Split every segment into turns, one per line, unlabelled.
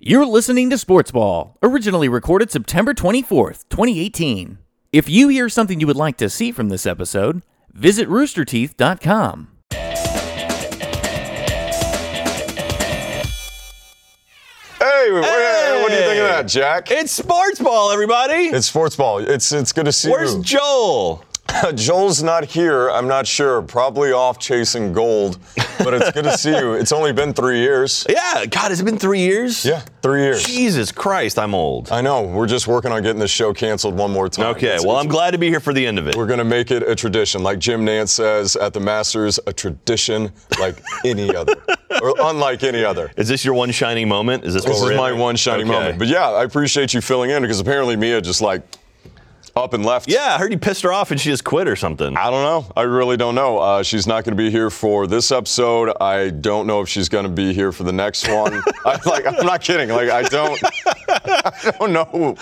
You're listening to Sports Ball, originally recorded September 24th, 2018. If you hear something you would like to see from this episode, visit roosterteeth.com.
Hey, what, what do you think of that, Jack?
It's sports ball, everybody.
It's sports ball. It's it's good to see
Where's
you.
Joel?
Joel's not here. I'm not sure. Probably off chasing gold. But it's good to see you. It's only been three years.
Yeah, God, has it been three years?
Yeah, three years.
Jesus Christ, I'm old.
I know. We're just working on getting this show canceled one more time.
Okay,
It's-
well,
it's-
I'm glad to be here for the end of it.
We're gonna make it a tradition, like Jim Nance says at the Masters, a tradition like any other, or unlike any other.
Is this your one shining moment? Is this,
This
what we're
is
in?
my one shiny
Oh, Okay.
moment. But yeah, I appreciate you filling in because apparently Mia just like up and left.
yeah, I heard you pissed her off and she just quit or something.
I don't know. I really don't know. Uh, she's not going to be here for this episode. I don't know if she's going to be here for the next one. I, like, I'm not kidding. Like, I don't. I don't know.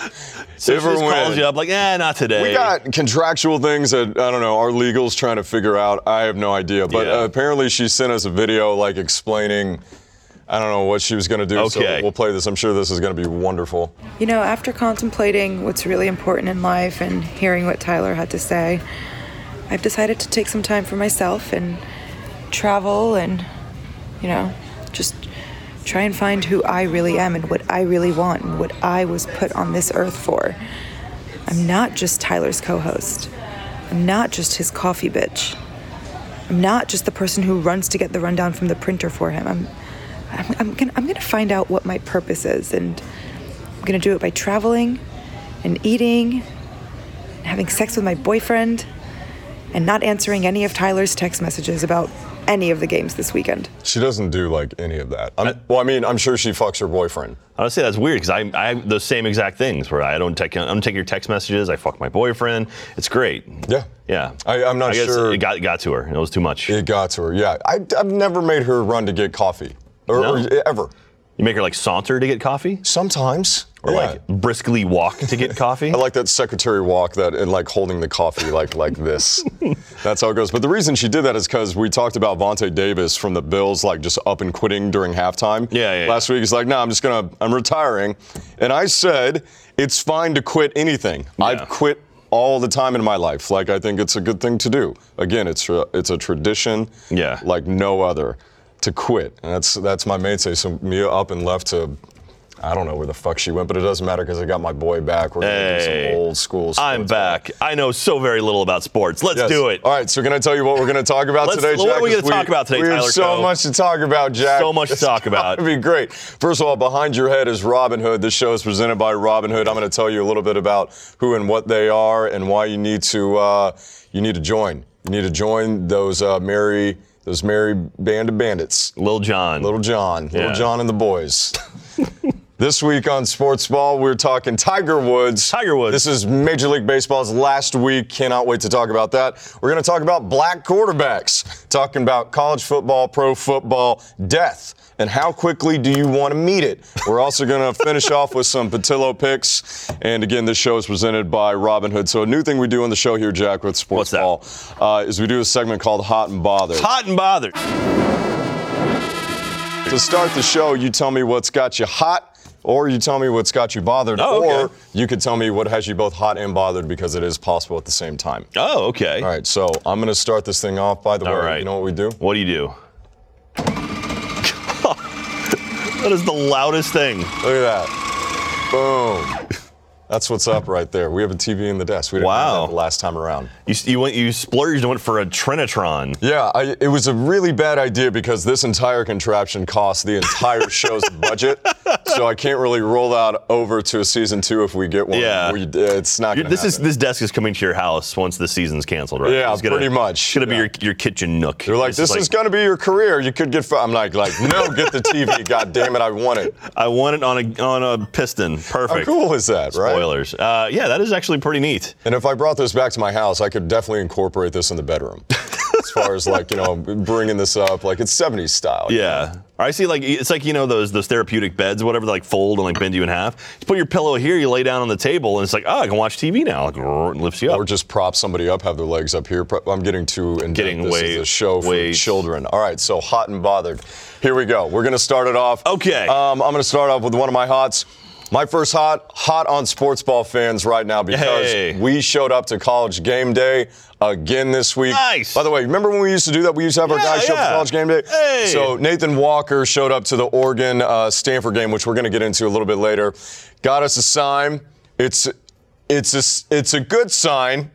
So she
if or
just calls
when.
you up like, eh, not today.
We got contractual things that I don't know. Our legals trying to figure out. I have no idea. But
Yeah.
uh, apparently, she sent us a video like explaining. I don't know what she was going to do.
Okay.
So we'll play this. I'm sure this is going to be wonderful.
You know, after contemplating what's really important in life and hearing what Tyler had to say, I've decided to take some time for myself and travel and, you know, just try and find who I really am and what I really want and what I was put on this earth for. I'm not just Tyler's co host, I'm not just his coffee bitch. I'm not just the person who runs to get the rundown from the printer for him. I'm, I'm, I'm, gonna, I'm gonna find out what my purpose is, and I'm gonna do it by traveling and eating, and having sex with my boyfriend, and not answering any of Tyler's text messages about any of the games this weekend.
She doesn't do like any of that. I'm, well, I mean, I'm sure she fucks her boyfriend.
I would say that's weird because I, I have those same exact things where I don't take I don't take your text messages. I fuck my boyfriend. It's great.
Yeah.
Yeah.
I- I'm not
I guess
sure-
It got, got to her. It was too much.
It got to her. Yeah, I, have never made her run to get coffee, or,
No?
or ever.
you make her like saunter to get coffee?
Sometimes,
Or
yeah.
like briskly walk to get coffee?
I like that secretary walk that and like holding the coffee like like this. That's how it goes. But the reason she did that is because we talked about Vontae Davis from the Bills like just up and quitting during halftime.
Yeah, yeah, yeah.
Last week he's like, no, I'm just gonna I'm retiring, and I said it's fine to quit anything. I've quit all the time in my life. Like I think it's a good thing to do. Again, it's a, it's a tradition.
Yeah.
Like no other to quit, and that's that's my mainstay. So Mia up and left to. I don't know where the fuck she went, but it doesn't matter because I got my boy back. We're gonna do some
Hey.
old school.
I'm
sports
back. I know so very little about sports. Let's
Yes.
do it.
All right, so can I tell you what we're going to talk about
Let's-
today,
what
Jack?
are we gonna
'Cause
talk about today,
We have
Tyler
so
Coe?
much to talk about, Jack.
So much to
It's
talk about.
gonna be great. First of all, behind your head is Robin Hood. This show is presented by Robin Hood. I'm going to tell you a little bit about who and what they are and why you need to uh, you need to join. You need to join those uh, merry those merry band of bandits.
Lil John.
Little John,
Yeah.
Little John and the boys. this week on Sports Ball, we're talking Tiger Woods.
Tiger Woods.
This is Major League Baseball's last week. Cannot wait to talk about that. We're going to talk about black quarterbacks, talking about college football, pro football, death, and how quickly do you want to meet it. We're also going to finish off with some Patillo picks. And again, this show is presented by Robin Hood. So a new thing we do on the show here, Jack, with
What's
Sports
that?
Ball, uh, is we do a segment called Hot and Bothered.
Hot and bothered.
To start the show, you tell me what's got you hot, or you tell me what's got you bothered,
Oh, okay.
or you could tell me what has you both hot and bothered because it is possible at the same time.
Oh, okay.
All right, so I'm going to start this thing off. By the
All
way,
right.
you know what we do?
What do you do? that is the loudest thing.
Look at that. Boom. That's what's up right there. We have a TV in the desk. We didn't have
Wow.
that the last time around.
You, you went you splurged and went for a Trinitron.
Yeah, I, it was a really bad idea because this entire contraption cost the entire show's budget. So I can't really roll out over to a season two if we get one.
Yeah.
We, it's not
You're-
going to
This is this desk is coming to your house once the season's canceled, right?
Yeah,
It's gonna-
pretty much.
It's gonna be
Yeah.
your, your kitchen nook.
They're like, this, is,
like,
going to be your career. You could get. Fi-. I'm like, like, no, get the TV. God damn it, I want it.
I want it on a on a piston.
How
Perfect.
cool is that, right?
Spoilers. Uh, yeah, that is actually pretty neat.
And if I brought this back to my house, I could definitely incorporate this in the bedroom. as far as like you know bringing this up. Like it's 70s style.
Yeah. Or I see like e, it's like you know those those therapeutic beds, whatever, that like fold and like bend you in half. You put your pillow here, you lay down on the table, and it's like, oh, I can watch TV now. Like, grrr, and lifts you
Or
up.
just prop somebody up, have their legs up here. Pro- I'm getting too in
Getting
This
way-
is a show for
way-
children. All right, so hot and bothered. Here we go. We're gonna start it off.
Okay.
Um, I'm gonna start off with one of my hots. My first hot, hot on sports ball fans right now because
Hey.
we showed up to college game day again this week.
Nice.
By the way, remember when we used to do that? We used to have our
Yeah,
guys show up
yeah.
to college game day.
Hey.
So Nathan Walker showed up to the Oregon uh, Stanford game, which we're going to get into a little bit later. Got us a sign. It's it's a s- it's a good sign.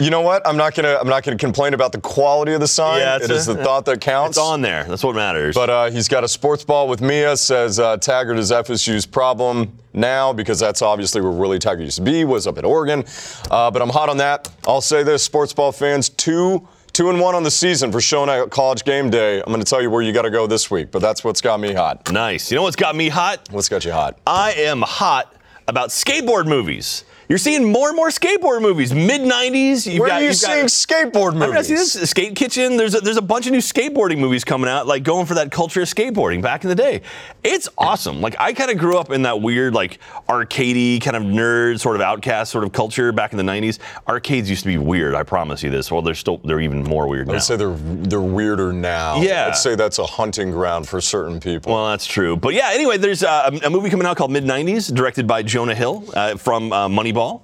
you know what? I'm not gonna I'm not gonna complain about the quality of the sign.
Yeah, it's
it is
a-
the thought that counts.
It's on there. That's what matters.
But uh, he's got a sports ball with Mia. Says uh, Taggart is FSU's problem now because that's obviously where Willie Taggart used to be. Was up at Oregon. Uh, but I'm hot on that. I'll say this: sports ball fans, two two and one on the season for showing out college game day. I'm going to tell you where you got to go this week. But that's what's got me hot.
nice. You know what's got me hot?
What's got you hot?
I am hot about skateboard movies. You're seeing more and more skateboard movies. Mid 90s. You've
Where
got,
are you
you've got-
seeing skateboard movies?
I mean, I see this Skate Kitchen. There's a, there's a bunch of new skateboarding movies coming out, like going for that culture of skateboarding back in the day. It's awesome. Like I kind of grew up in that weird, like arcadey kind of nerd sort of outcast sort of culture back in the '90s. Arcades used to be weird. I promise you this. Well, they're still they're even more weird now.
I'd say they're they're weirder now.
Yeah.
I'd say that's a hunting ground for certain people.
Well, that's true. But yeah, anyway, there's uh, a, a movie coming out called Mid '90s, directed by Jonah Hill uh, from uh, Moneyball.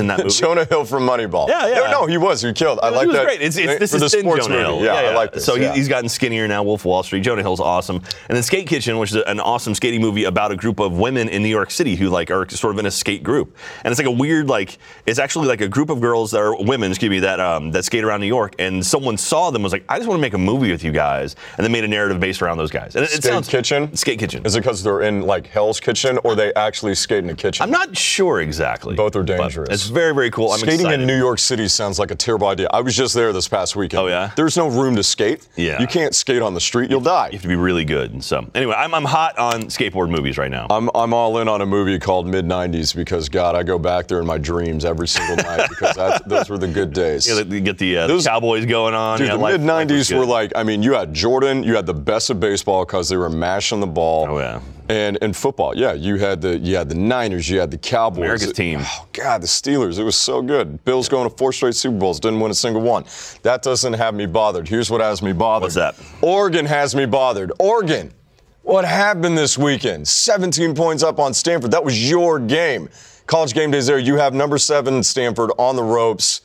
in that movie.
Jonah Hill from Moneyball.
Yeah, yeah.
No, no, he was. He killed. I
It
like
was
that.
great. It's, it's, this
for
is
the
thin
sports
Jonah Hill.
movie. Yeah, I like this.
So he-
yeah.
he's gotten skinnier now. Wolf of Wall Street. Jonah Hill's awesome. And then Skate Kitchen, which is an awesome skating movie about a group of women in New York City who like are sort of in a skate group. And it's like a weird like it's actually like a group of girls that are women, excuse me, that um, that skate around New York. And someone saw them and was like, I just want to make a movie with you guys, and they made a narrative based around those guys. And it, it
Skate
sounds
Kitchen?
Skate Kitchen.
Is it because they're in like Hell's Kitchen or they actually skate in a kitchen?
I'm not sure exactly.
Both are
but
dangerous.
It's very very cool. I'm
Skating
excited.
in New York City sounds like a terrible idea. I was just there this past weekend.
Oh, yeah?
There's no room to skate.
Yeah.
You can't skate on the street. You'll die.
You have to be really good. And so anyway, I'm, I'm hot on skateboard movies right now.
I'm, I'm all in on a movie called Mid 90s because, God, I go back there in my dreams every single night because that's, those were the good days.
Yeah, they get the, uh, the
Those-
Cowboys going on.
Dude,
yeah,
the
life-
mid
life was
'90s were
good.
like, I mean, you had Jordan, you had the best of baseball because they were mashing the ball.
Oh, yeah.
And in football, yeah, you had the you had the Niners, you had the Cowboys.
America's team.
Oh God, the Steelers. It was so good. Bills going to four straight Super Bowls, didn't win a single one. That doesn't have me bothered. Here's what has me bothered.
What's that?
Oregon has me bothered. Oregon. What happened this weekend? 17 points up on Stanford. That was your game. College game days there. You have number seven Stanford on the ropes.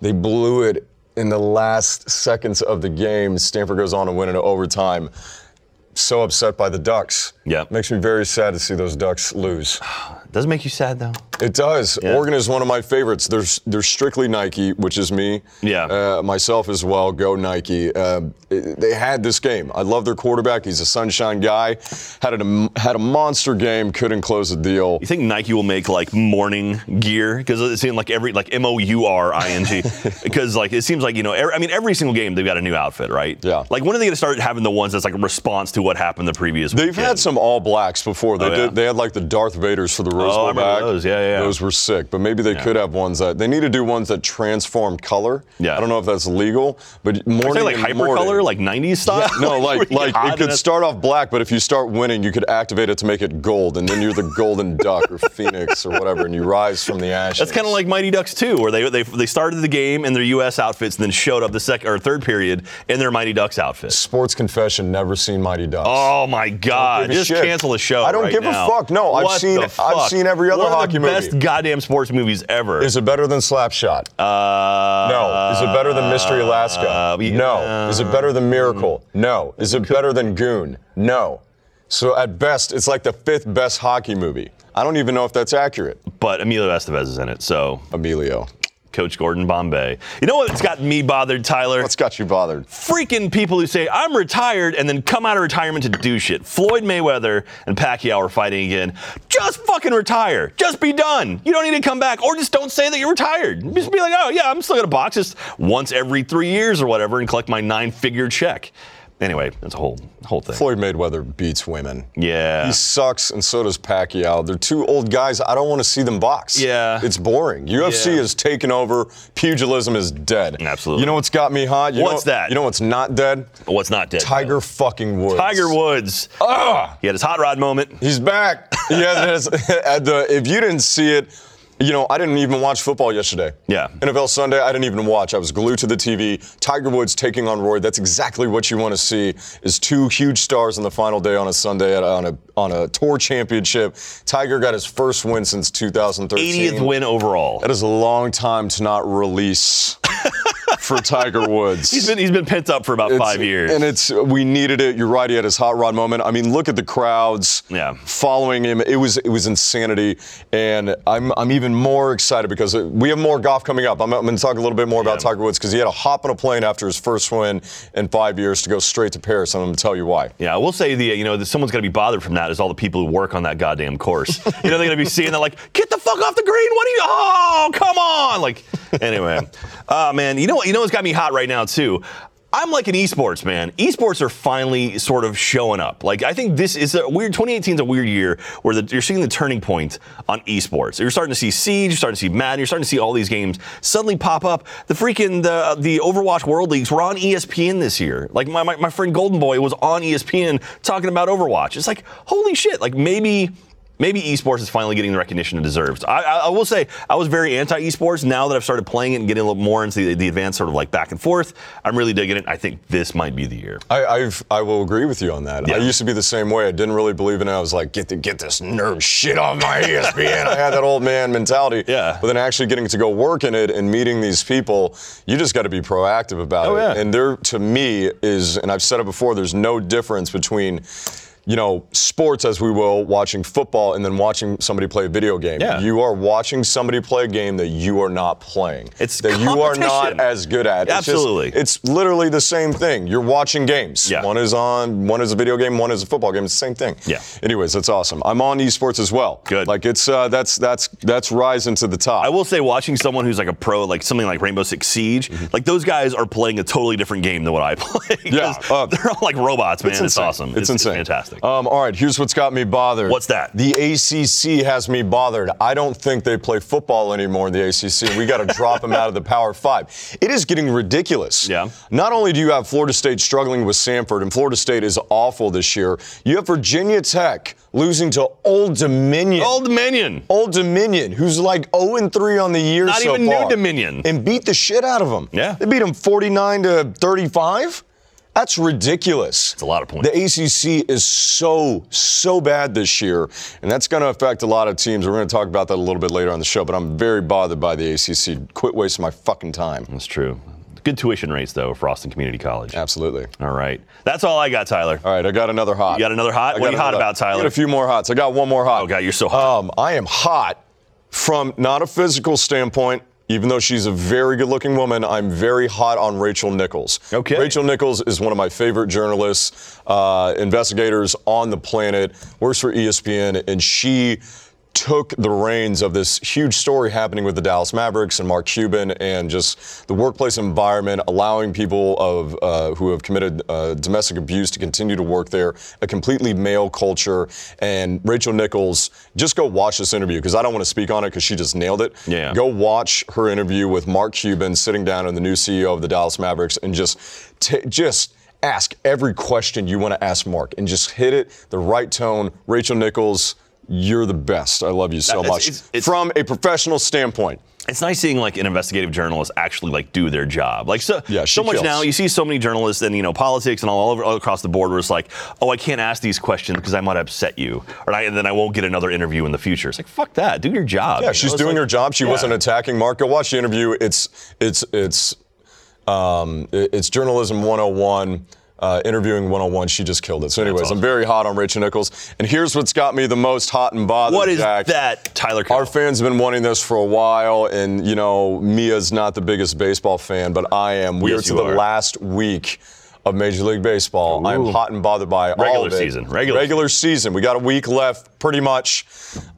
They blew it in the last seconds of the game. Stanford goes on to win in overtime. So upset by the Ducks.
Yeah.
Makes me very sad to see those Ducks lose.
Doesn't make you sad though.
It does. Oregon is one of my favorites. There's there's strictly Nike, which is me.
Yeah.
Uh, myself as well. Go Nike. Um, it- they had this game. I love their quarterback. He's a sunshine guy. Had a had a monster game. Couldn't close the deal.
You think Nike will make like morning gear because it seemed like every like M O U R I N G because like it seems like you know every, I mean every single game they've got a new outfit right
Yeah.
like when are they gonna start having the ones that's like a response to what happened the previous
They've had some all blacks before. They
Oh, yeah.
did. They had like the Darth Vaders for the Rose
Oh, I
Bowl
remember
back.
those. Yeah, yeah, yeah.
Those were sick. But maybe they could have ones that they need to do ones that transform color.
Yeah.
I don't know if that's legal, but
Say,
morning
like
and
hyper
morning-
color like 90s style
No, like
really
like it
hot
could
and-
start off black, but if you start winning, you could activate it to make it gold, and then you're the golden duck or phoenix or whatever, and you rise from the ashes.
That's kind of like Mighty Ducks 2, where they, they they started the game in their U.S. outfits and then showed up the second or third period in their Mighty Ducks outfits.
sports confession. Never seen Mighty Ducks.
Oh my God!
give a
Just
shit.
cancel the show.
I don't
right
give a
now.
fuck. No, I've
What
seen-
the
I've
fuck?
seen every other
One of
hockey
the
movie.
Best goddamn sports movies ever.
Is it better than Slapshot?
uh,
No. Is it better than Mystery Alaska?
uh, mm. we-
no. Is it better than Miracle? No. Is it better than Goon? No. So at best, it's like the fifth best hockey movie. I don't even know if that's accurate,
But Emilio Estevez is in it, so
Emilio.
Coach Gordon Bombay. You know what's got me bothered, Tyler?
What's got you bothered?
Freaking people who say I'm retired and then come out of retirement to do shit. Floyd Mayweather and Pacquiao are fighting again. Just fucking retire. Just be done. You don't need to come back, or just don't say that you're retired. Just be like, oh yeah, I'm still gonna box just once every three years or whatever, and collect my nine-figure check. Anyway, that's a whole whole thing.
Floyd Mayweather beats women.
Yeah.
He sucks, and so does Pacquiao. They're two old guys. I don't want to see them box.
Yeah.
It's boring. UFC
Yeah.
is taken over. Pugilism is dead.
Absolutely.
You know what's got me hot? You
What's
know-
that?
You know what's not dead?
What's not dead?
Tiger fucking Woods.
Tiger Woods.
Ah!
He had his hot rod moment.
He's back. He has, has- at the, if you didn't see it, you know, I didn't even watch football yesterday.
Yeah.
NFL Sunday, I didn't even watch. I was glued to the TV. Tiger Woods taking on Roy. That's exactly what you want to see is two huge stars on the final day on a Sunday at, on a on a tour championship. Tiger got his first win since 2013.
80th win overall.
That is a long time to not release for Tiger Woods.
He's been he's been pent up for about
It's-
five years.
And it's we needed it. You're right. He had his hot rod moment. I mean, look at the crowds
Yeah.
following him. It was it was insanity. And I'm I'm even more excited because we have more golf coming up. I'm, I'm going to talk a little bit more about
Yeah.
Tiger Woods because he had a hop on a plane after his first win in five years to go straight to Paris. And I'm going to tell you why.
Yeah, I will say the you know that someone's going to be bothered from that is all the people who work on that goddamn course. you know they're going to be seeing that like get the fuck off the green. What are you? Oh come on! Like anyway, oh man, you know what? You know what's got me hot right now too. I'm like an esports man. Esports are finally sort of showing up. Like I think this is a weird 2018 is a weird year where the, you're seeing the turning point on esports. You're starting to see Siege, you're starting to see Madden, you're starting to see all these games suddenly pop up. The freaking the the Overwatch World Leagues were on E ESPN this year. Like my, my, my friend Golden Boy was on E ESPN talking about Overwatch. It's like holy shit. Like maybe. Maybe esports is finally getting the recognition it deserves. I, I, I will say I was very anti esports. Now that I've started playing it and getting a little more into the, the advanced sort of like back and forth, I'm really digging it. I think this might be the year.
I, I've, I will agree with you on that. I
Yeah.
used to be the same way. I didn't really believe in it. I was like, get the, get this nerd shit off my E ESPN. I had that old man mentality.
Yeah.
But then actually getting to go work in it and meeting these people, you just got to be proactive about
Oh,
it.
yeah.
And there, to me, is, and I've said it before, there's no difference between. You know, sports as we will, watching football and then watching somebody play a video game.
Yeah.
You are watching somebody play a game that you are not playing.
It's
that you are not
competition.
as good at. It's just-
Absolutely.
it's literally the same thing. You're watching games.
Yeah.
One is on, one is a video game, one is a football game. It's the same thing.
Yeah.
Anyways, that's awesome. I'm on esports as well.
Good.
Like it's uh, that's that's that's rising to the top.
I will say, watching someone who's like a pro, like something like Rainbow Six Siege, like those guys are playing a totally different game than what I play. 'Cause
Yeah, uh,
they're all like robots, man. It's, Uh,
insane.
awesome.
It's, insane.
fantastic.
Um, all right, here's what's got me bothered.
What's that?
The ACC has me bothered. I don't think they play football anymore in the ACC. We got to drop them out of the Power Five. It is getting ridiculous.
Yeah.
Not only do you have Florida State struggling with Sanford, and Florida State is awful this year, you have Virginia Tech losing to Old Dominion.
Old Dominion.
Old Dominion, who's like 0 and 3 on the year
Not
so
even New
far,
Dominion.
and beat the shit out of them.
Yeah.
they beat them 49 to 35. That's ridiculous. It's
a lot of points.
The ACC is so so bad this year, and that's going to affect a lot of teams. We're going to talk about that a little bit later on the show, but I'm very bothered by the ACC. Quit wasting my fucking time.
That's true. Good tuition rates though for Austin Community College.
Absolutely.
All right, that's all I got, Tyler.
All right, I got another hot.
You got another hot?
I
What are
got
you hot
another-
about,
I
Tyler?
got a few more hots. I got one more hot.
Oh god, you're so hot.
Um, I am hot from not a physical standpoint. Even though she's a very good looking woman, I'm very hot on Rachel Nichols.
Okay.
Rachel Nichols is one of my favorite journalists, uh, investigators on the planet, works for E ESPN, and she took the reins of this huge story happening with the Dallas Mavericks and Mark Cuban and just the workplace environment, allowing people of uh, who have committed uh, domestic abuse to continue to work there, a completely male culture. And Rachel Nichols, just go watch this interview because I don't want to speak on it because she just nailed it.
Yeah.
Go watch her interview with Mark Cuban sitting down and the new CEO of the Dallas Mavericks and just t- just ask every question you want to ask Mark and just hit it the right tone. Rachel Nichols, you're the best. I love you so
It's-
much.
it's- it's-
From a professional standpoint.
it's nice seeing like an investigative journalist actually like do their job. Like so,
Yeah, she
so much
kills.
now. You see so many journalists and you know politics and all over all across the board where it's like, oh, I can't ask these questions because I might upset you, or I, and then I won't get another interview in the future. It's like fuck that, do your job.
Yeah, she's doing her job. She wasn't attacking Mark. Go watch the interview. It's it's it's um, it- it's journalism 101. Uh, interviewing 101, she just killed it. So, anyways, I'm very hot on Rachel Nichols. And here's what's got me the most hot and bothered.
What is
Jack.
that, Tyler? Carroll?
Our fans have been wanting this for a while, and you know, Mia's not the biggest baseball fan, but I am. We
Yes,
are to
you
the
are.
last week of Major League Baseball. I am hot and bothered by all
Regular
of it.
season, regular
regular season. We got a week left, pretty much,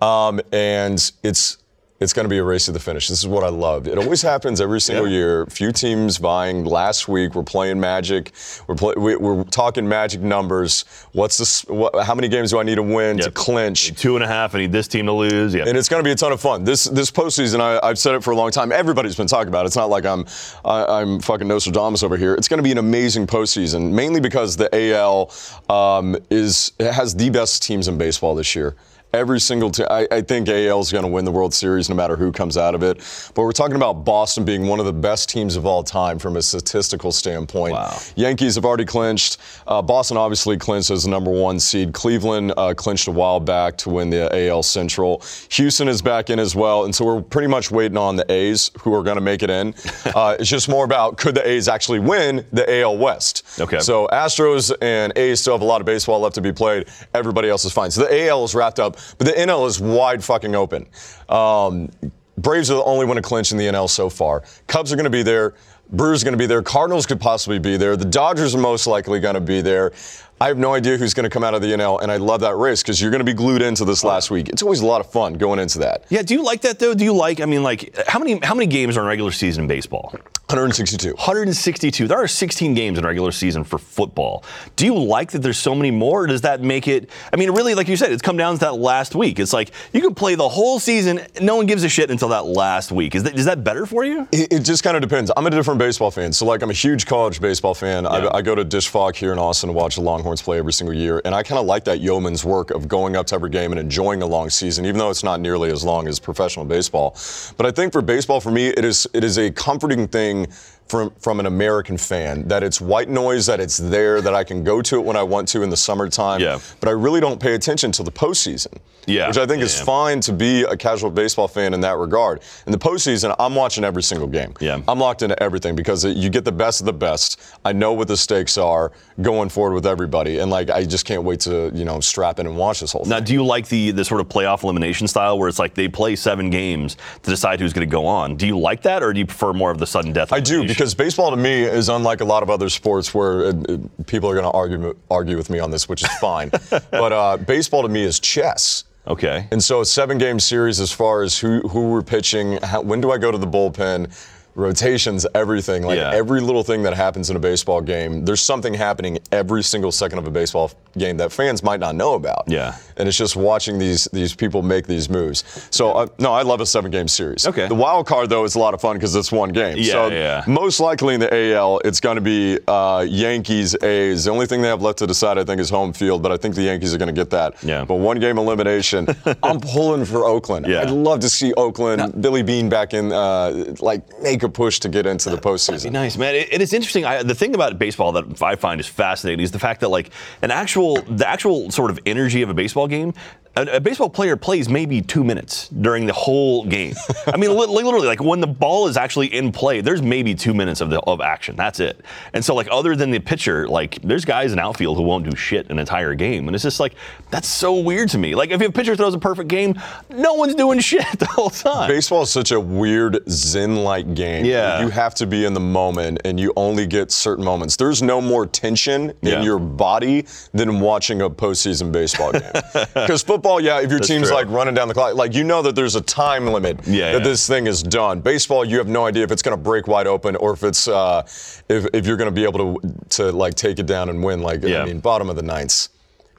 um, and it's It's going to be a race to the finish. This is what I loved. It always happens every single year. Few teams vying. Last week we're playing Magic. We're play, we, we're talking Magic numbers. What's this? What, how many games do I need to win to
Yep.
clinch?
Two and a half. I need this team to lose. Yeah.
and it's going to be a ton of fun. This this postseason, I, I've said it for a long time. Everybody's been talking about it. It's not like I'm I, I'm fucking Nostradamus over here. It's going to be an amazing postseason, mainly because the AL um, is has the best teams in baseball this year. Every single team. I, I think AL is going to win the World Series no matter who comes out of it. But we're talking about Boston being one of the best teams of all time from a statistical standpoint.
Wow.
Yankees have already clinched. Uh, Boston obviously clinched as the number one seed. Cleveland uh, clinched a while back to win the AL Central. Houston is back in as well, and so we're pretty much waiting on the A's who are going to make it in. Uh, it's just more about could the A's actually win the AL West?
Okay.
So Astros and A's still have a lot of baseball left to be played. Everybody else is fine. So the AL is wrapped up, but the NL is wide fucking open. Um, Braves are the only one to clinch in the NL so far. Cubs are going to be there. Brewers are going to be there. Cardinals could possibly be there. The Dodgers are most likely going to be there. I have no idea who's going to come out of the NL, and I love that race because you're going to be glued into this last week. It's always a lot of fun going into that.
yeah. Do you like that though? Do you like? I mean, like, how many how many games are in regular season in baseball?
162.
162. There are 16 games in regular season for football. Do you like that there's so many more? Or does that make it? I mean, really, like you said, it's come down to that last week. It's like you can play the whole season. No one gives a shit until that last week. Is that is that better for you?
It, it just kind of depends. I'm a different baseball fan. So, like, I'm a huge college baseball fan.
Yeah.
I, I go to Dish Fog here in Austin to watch the Longhorns play every single year. And I kind of like that yeoman's work of going up to every game and enjoying a long season, even though it's not nearly as long as professional baseball. But I think for baseball, for me, it is it is a comforting thing from, from an American fan that it's white noise, that it's there, that I can go to it when I want to in the summertime.
Yeah.
But I really don't pay attention to the postseason,
Yeah.
which I think
Yeah,
is
yeah.
fine to be a casual baseball fan in that regard. In the postseason, I'm watching every single game.
Yeah.
I'm locked into everything because you get the best of the best. I know what the stakes are going forward with everybody, and like I just can't wait to you know strap in and watch this whole thing.
Now, do you like the the sort of playoff elimination style where it's like they play seven games to decide who's going to go on? Do you like that, or do you prefer more of the sudden death?
I do
elimination?
because baseball to me is unlike a lot of other sports where uh, uh, people are going to argue argue with me on this, which is fine. but uh, baseball to me is chess.
okay.
And so a seven game series as far as who, who we're pitching, how, when do I go to the bullpen, rotations, everything. Like
Yeah.
every little thing that happens in a baseball game, there's something happening every single second of a baseball f- game that fans might not know about.
Yeah.
And it's just watching these these people make these moves. So uh, no, I love a seven game series.
Okay.
The wild card though is a lot of fun because it's one game.
Yeah,
so
yeah.
most likely in the AL, it's going to be uh, Yankees, A's. The only thing they have left to decide, I think, is home field, but I think the Yankees are going to get that.
Yeah.
But one game elimination, I'm pulling for Oakland.
Yeah.
I'd love to see Oakland, Billy Bean back in, uh, like make a push to get into the postseason.
Nice, man. It- it is interesting. I, the thing about baseball that I find is fascinating is the fact that like an actual, the actual sort of energy of a baseball game. A, a baseball player plays maybe two minutes during the whole game. I mean, li- literally, like when the ball is actually in play, there's maybe two minutes of the of action. That's it. And so, like, other than the pitcher, like, there's guys in outfield who won't do shit an entire game, and it's just like that's so weird to me. Like, if a pitcher throws a perfect game, no one's doing shit the whole time.
Baseball is such a weird zen-like game.
Yeah.
You have to be in the moment, and you only get certain moments. There's no more tension
Yeah.
in your body than watching a postseason baseball game. Because football, yeah, if your team's
true.
like running down the clock, like you know that there's a time limit
Yeah,
that
yeah.
this thing is done. Baseball, you have no idea if it's going to break wide open or if it's uh, if, if you're going to be able to to like take it down and win. Like
Yeah.
I mean, bottom of the ninth.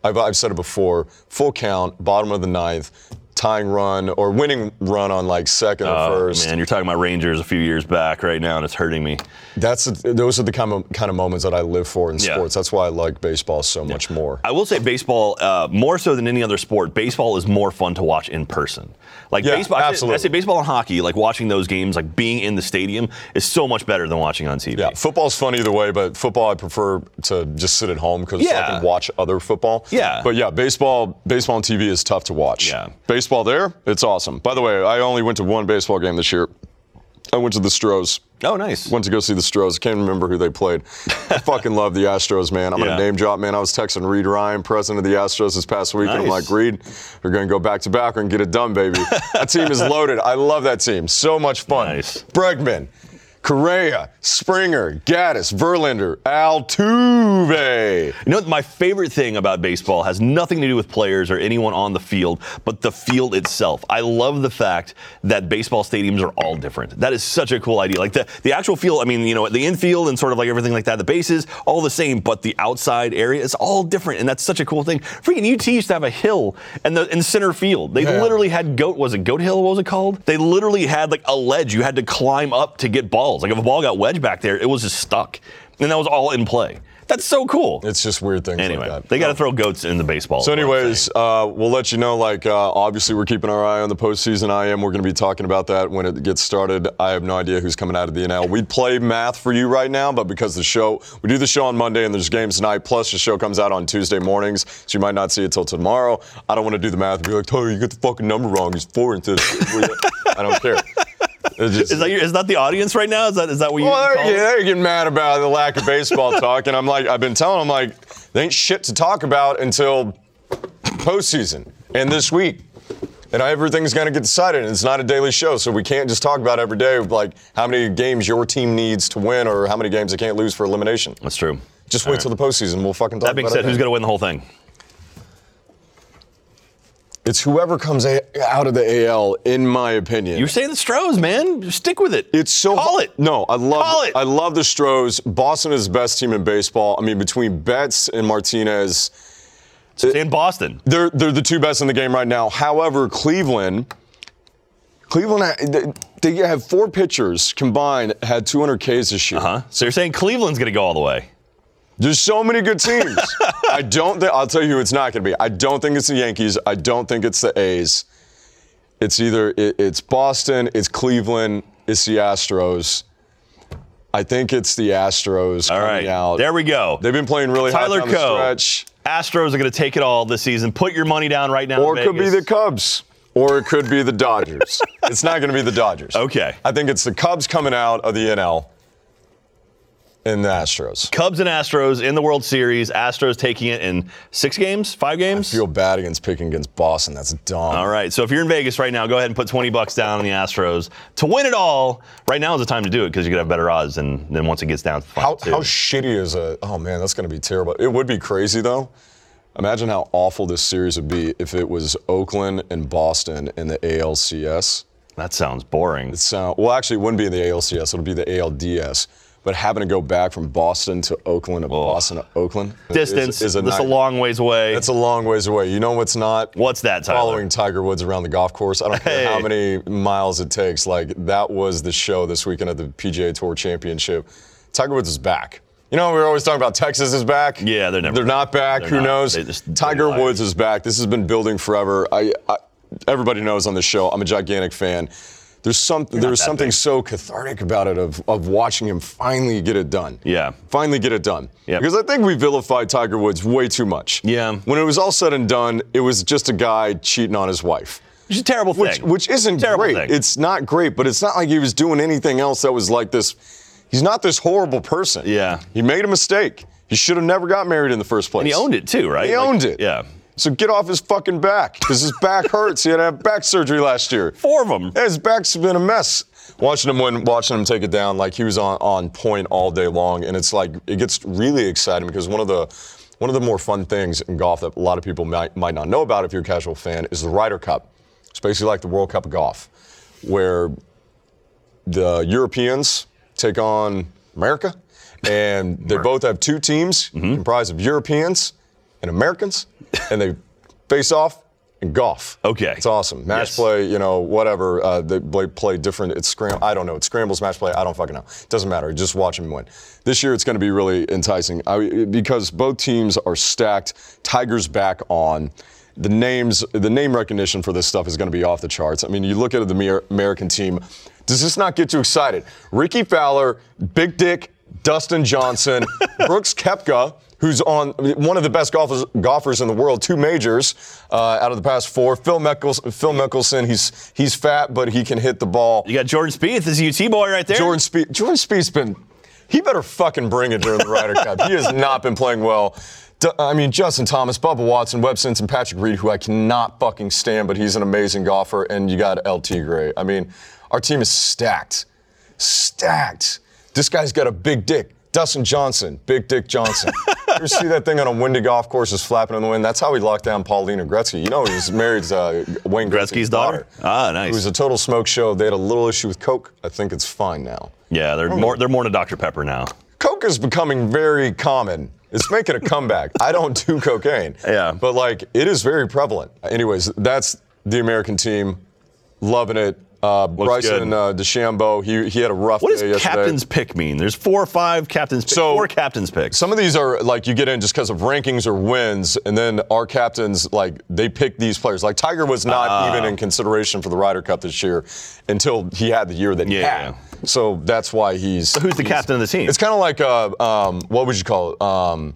I've, I've said it before. Full count, bottom of the ninth, tying run or winning run on like second or
Oh,
first.
Man, you're talking about Rangers a few years back right now, and it's hurting me.
That's those are the kind of kind of moments that I live for in
Yeah.
sports. That's why I like baseball so much more.
I will say baseball, uh, more so than any other sport, baseball is more fun to watch in person. Like
Yeah,
baseball, I say- I
absolutely.
say baseball and hockey, like watching those games, like being in the stadium is so much better than watching on TV.
Yeah, football's fun either way, but football I prefer to just sit at home because
Yeah.
I can watch other football.
Yeah.
But yeah, baseball baseball on TV is tough to watch.
Yeah.
Baseball there, it's awesome. By the way, I only went to one baseball game this year. I went to the Stros.
Oh, nice.
Went to go see the Stros. I can't remember who they played. I fucking love the Astros, man. I'm
Yeah.
gonna name drop, man. I was texting Reed Ryan, president of the Astros, this past week, and I'm like,
Nice.
Reed, we're gonna go back to back and get it done, baby. that team is loaded. I love that team. So much fun.
Nice.
Bregman, Correa, Springer, Gaddis, Verlander, Altuve.
You know, my favorite thing about baseball has nothing to do with players or anyone on the field, but the field itself. I love the fact that baseball stadiums are all different. That is such a cool idea. Like the, the actual field, I mean, you know, the infield and sort of like everything like that, the bases, all the same, but the outside area is all different. And that's such a cool thing. Freaking UT used to have a hill and the in center field. They
Yeah.
literally had goat, was it goat hill? What was it called? They literally had like a ledge you had to climb up to get balls. Like if a ball got wedged back there, it was just stuck. And that was all in play. That's so cool.
It's just weird things
Anyway,
like that.
they got to throw goats in the baseball.
So,
is what I'm
anyways,
saying.
uh, we'll let you know. Like, uh, obviously, we're keeping our eye on the postseason. I am. We're going to be talking about that when it gets started. I have no idea who's coming out of the NL. We'd play math for you right now, but because the show, we do the show on Monday and there's games tonight, plus the show comes out on Tuesday mornings, so you might not see it till tomorrow. I don't want to do the math and be like, Tyler, you got the fucking number wrong. It's four and two. I don't care. It's just-
is that, your, is that the audience right now? Is that is that what you?
well,
call
there,
it?
you, there you're getting mad about the lack of baseball talk, and I'm like, I've been telling them like, there ain't shit to talk about until postseason and this week, and everything's gonna get decided. And it's not a daily show, so we can't just talk about every day like how many games your team needs to win or how many games they can't lose for elimination.
That's true.
Just wait till the postseason. We'll fucking talk
That being
about
said,
it.
who's
then.
going to win the whole thing?
It's whoever comes a- out of the AL, in my opinion.
You're saying the Stros, man. Stick with it.
It's so
call it.
No, I love
Call it.
I love the Stros. Boston is the best team in baseball. I mean, between Betts and Martinez,
It's in Boston.
they're they're the two best in the game right now. However, Cleveland, Cleveland, ha- they, they have four pitchers combined had 200 Ks this year.
Huh? So you're saying Cleveland's going to go all the way?
There's so many good teams. I don't think I'll tell you who it's not going to be. I don't think it's the Yankees. I don't think it's the A's. It's either it, it's Boston, it's Cleveland, it's the Astros. I think it's the Astros
All
coming
right.
out.
There we go.
They've been playing really
Tyler
hard down the
Coe.
stretch.
Astros are going to take it all this season. Put your money down right now.
Or
in
it could be
Vegas.
the Cubs. Or it could be the Dodgers. it's not going to be the Dodgers.
Okay.
I think it's the Cubs coming out of the NL and the Astros.
Cubs and Astros in the World Series. Astros taking it in six games, five games.
Feel bad against picking against Boston. That's dumb.
All right. So if you're in Vegas right now, go ahead and put 20 bucks down on the Astros to win it all. Right now is the time to do it because you could have better odds than, than once it gets down to the final
How,
two.
how shitty is a? Oh man, that's going to be terrible. It would be crazy though. Imagine how awful this series would be if it was Oakland and Boston in the ALCS.
that sounds boring.
So, well, actually, it wouldn't be in the ALCS. It'll be the ALDS. But having to go back from Boston to Oakland and Boston to Oakland is-
Oh. Distance.
is, a
this is a
nightmare.
long ways away.
That's a long ways away. You know what's not?
What's that, Tyler?
Following Tiger Woods around the golf course. I don't care how
Hey.
many miles it takes. Like, that was the show this weekend at the PGA Tour Championship. Tiger Woods is back. You know, we are always talking about Texas is back.
Yeah, they're never-
They're not back.
they're
Who
not.
knows?
They just-
Tiger
they're lying.
Woods is back. This has been building forever. I, I everybody knows on this show. I'm a gigantic fan. There's some there's
that
something
big.
so cathartic about it of of watching him finally get it done.
Yeah.
Finally get it done.
Yep.
Because I think we vilified Tiger Woods way too much.
Yeah.
When it was all said and done, it was just a guy cheating on his wife.
which is a terrible
Which,
thing.
which isn't
Terrible
great.
thing.
It's not great, but it's not like he was doing anything else that was like this. He's not this horrible person.
Yeah.
He made a mistake. He should have never got married in the first place.
and he owned it too, right?
He
Like,
owned it.
Yeah.
So get off his fucking back because his back hurts. He had to have back surgery last year.
Four of them.
Yeah, his back's been a mess. Watching him win, watching him take it down, like he was on, on point all day long, and it's like it gets really exciting because one of the one of the more fun things in golf that a lot of people might might not know about if you're a casual fan is the Ryder Cup. It's basically like the World Cup of golf, where the Europeans take on America, and they both have two teams
Mm-hmm.
comprised of Europeans and Americans, and they face off in golf.
Okay.
it's awesome. Match
Yes.
play, you know, whatever. Uh, they play, play different. It's scram. I don't know. It's scrambles, match play. I don't fucking know. Doesn't matter. Just watch them win. This year, it's going to be really enticing I, because both teams are stacked. Tiger's back on. The names, the name recognition for this stuff is going to be off the charts. I mean, you look at the Amer- American team. Does this not get you excited? Ricky Fowler, Big Dick, Dustin Johnson, Brooks Kepka, who's on I mean, one of the best golfers, golfers in the world, two majors uh, out of the past four. Phil, Mickelson, Phil Mickelson, he's he's fat, but he can hit the ball.
You got Jordan Spieth, this is UT boy right there.
Jordan Speed, Jordan Speed's been, he better fucking bring it during the Ryder Cup. He has not been playing well. D- I mean, Justin Thomas, Bubba Watson, Webb Simpson, Patrick Reed, who I cannot fucking stand, but he's an amazing golfer. And you got LT Gray. I mean, our team is stacked. stacked. This guy's got a big dick. Dustin Johnson, Big Dick Johnson. you ever see that thing on a windy golf course is flapping in the wind? That's how he locked down Paulina Gretzky. You know, he was married to uh, Wayne Gretzky's,
Gretzky's daughter. Ah, nice.
It was a total smoke show. They had a little issue with Coke. I think it's fine now.
Yeah, they're more they're more into Dr Pepper now.
Coke is becoming very common. It's making a comeback. I don't do cocaine.
Yeah.
But like it is very prevalent. Anyways, that's the American team. Loving it. Uh, Bryson
good.
uh, DeChambeau, he, he had a rough
What does
day yesterday.
captain's pick mean? There's four or five captain's picks.
So-
four captain's picks.
Some of these are like you get in just because of rankings or wins, and then our captains like they pick these players. Like Tiger was not
Ah.
even in consideration for the Ryder Cup this year until he had the year that he
Yeah,
had. So that's why he's.
Who's the captain of the team?
It's kind of like uh, um, what would you call it? Um,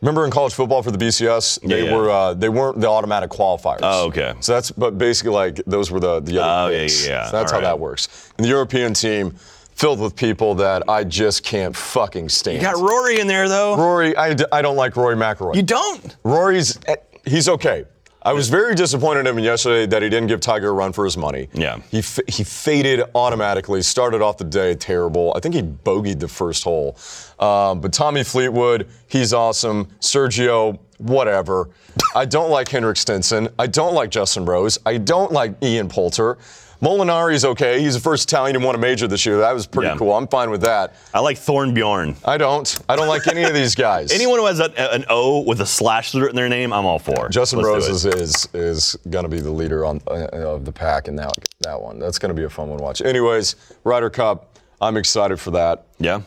remember in college football for the BCS, they
Yeah, yeah.
were uh, they weren't the automatic qualifiers.
Oh, okay.
So that's but basically like those were the the
Oh,
other
yeah,
picks.
yeah, yeah.
So that's
All
how
right.
that works. And the European team filled with people that I just can't fucking stand.
You got Rory in there though.
Rory, I, d- I don't like Rory McIlroy.
You don't.
Rory's eh, he's okay. I was very disappointed in him yesterday that he didn't give Tiger a run for his money.
Yeah.
he f- he faded automatically. Started off the day terrible. I think he bogeyed the first hole. Um, but Tommy Fleetwood, he's awesome. Sergio, whatever. I don't like Henrik Stenson. I don't like Justin Rose. I don't like Ian Poulter. Molinari's okay. He's the first Italian to win a major this year. That was pretty
Yeah.
cool. I'm fine with that.
I like Thornbjorn.
I don't. I don't like any of these guys.
Anyone who has a, an O with a slash through it in their name, I'm all for.
Justin
Let's do
Rose
it.
is is, is going to be the leader on uh, of the pack in that that one. That's going to be a fun one to watch. Anyways, Ryder Cup, I'm excited for that.
Yeah.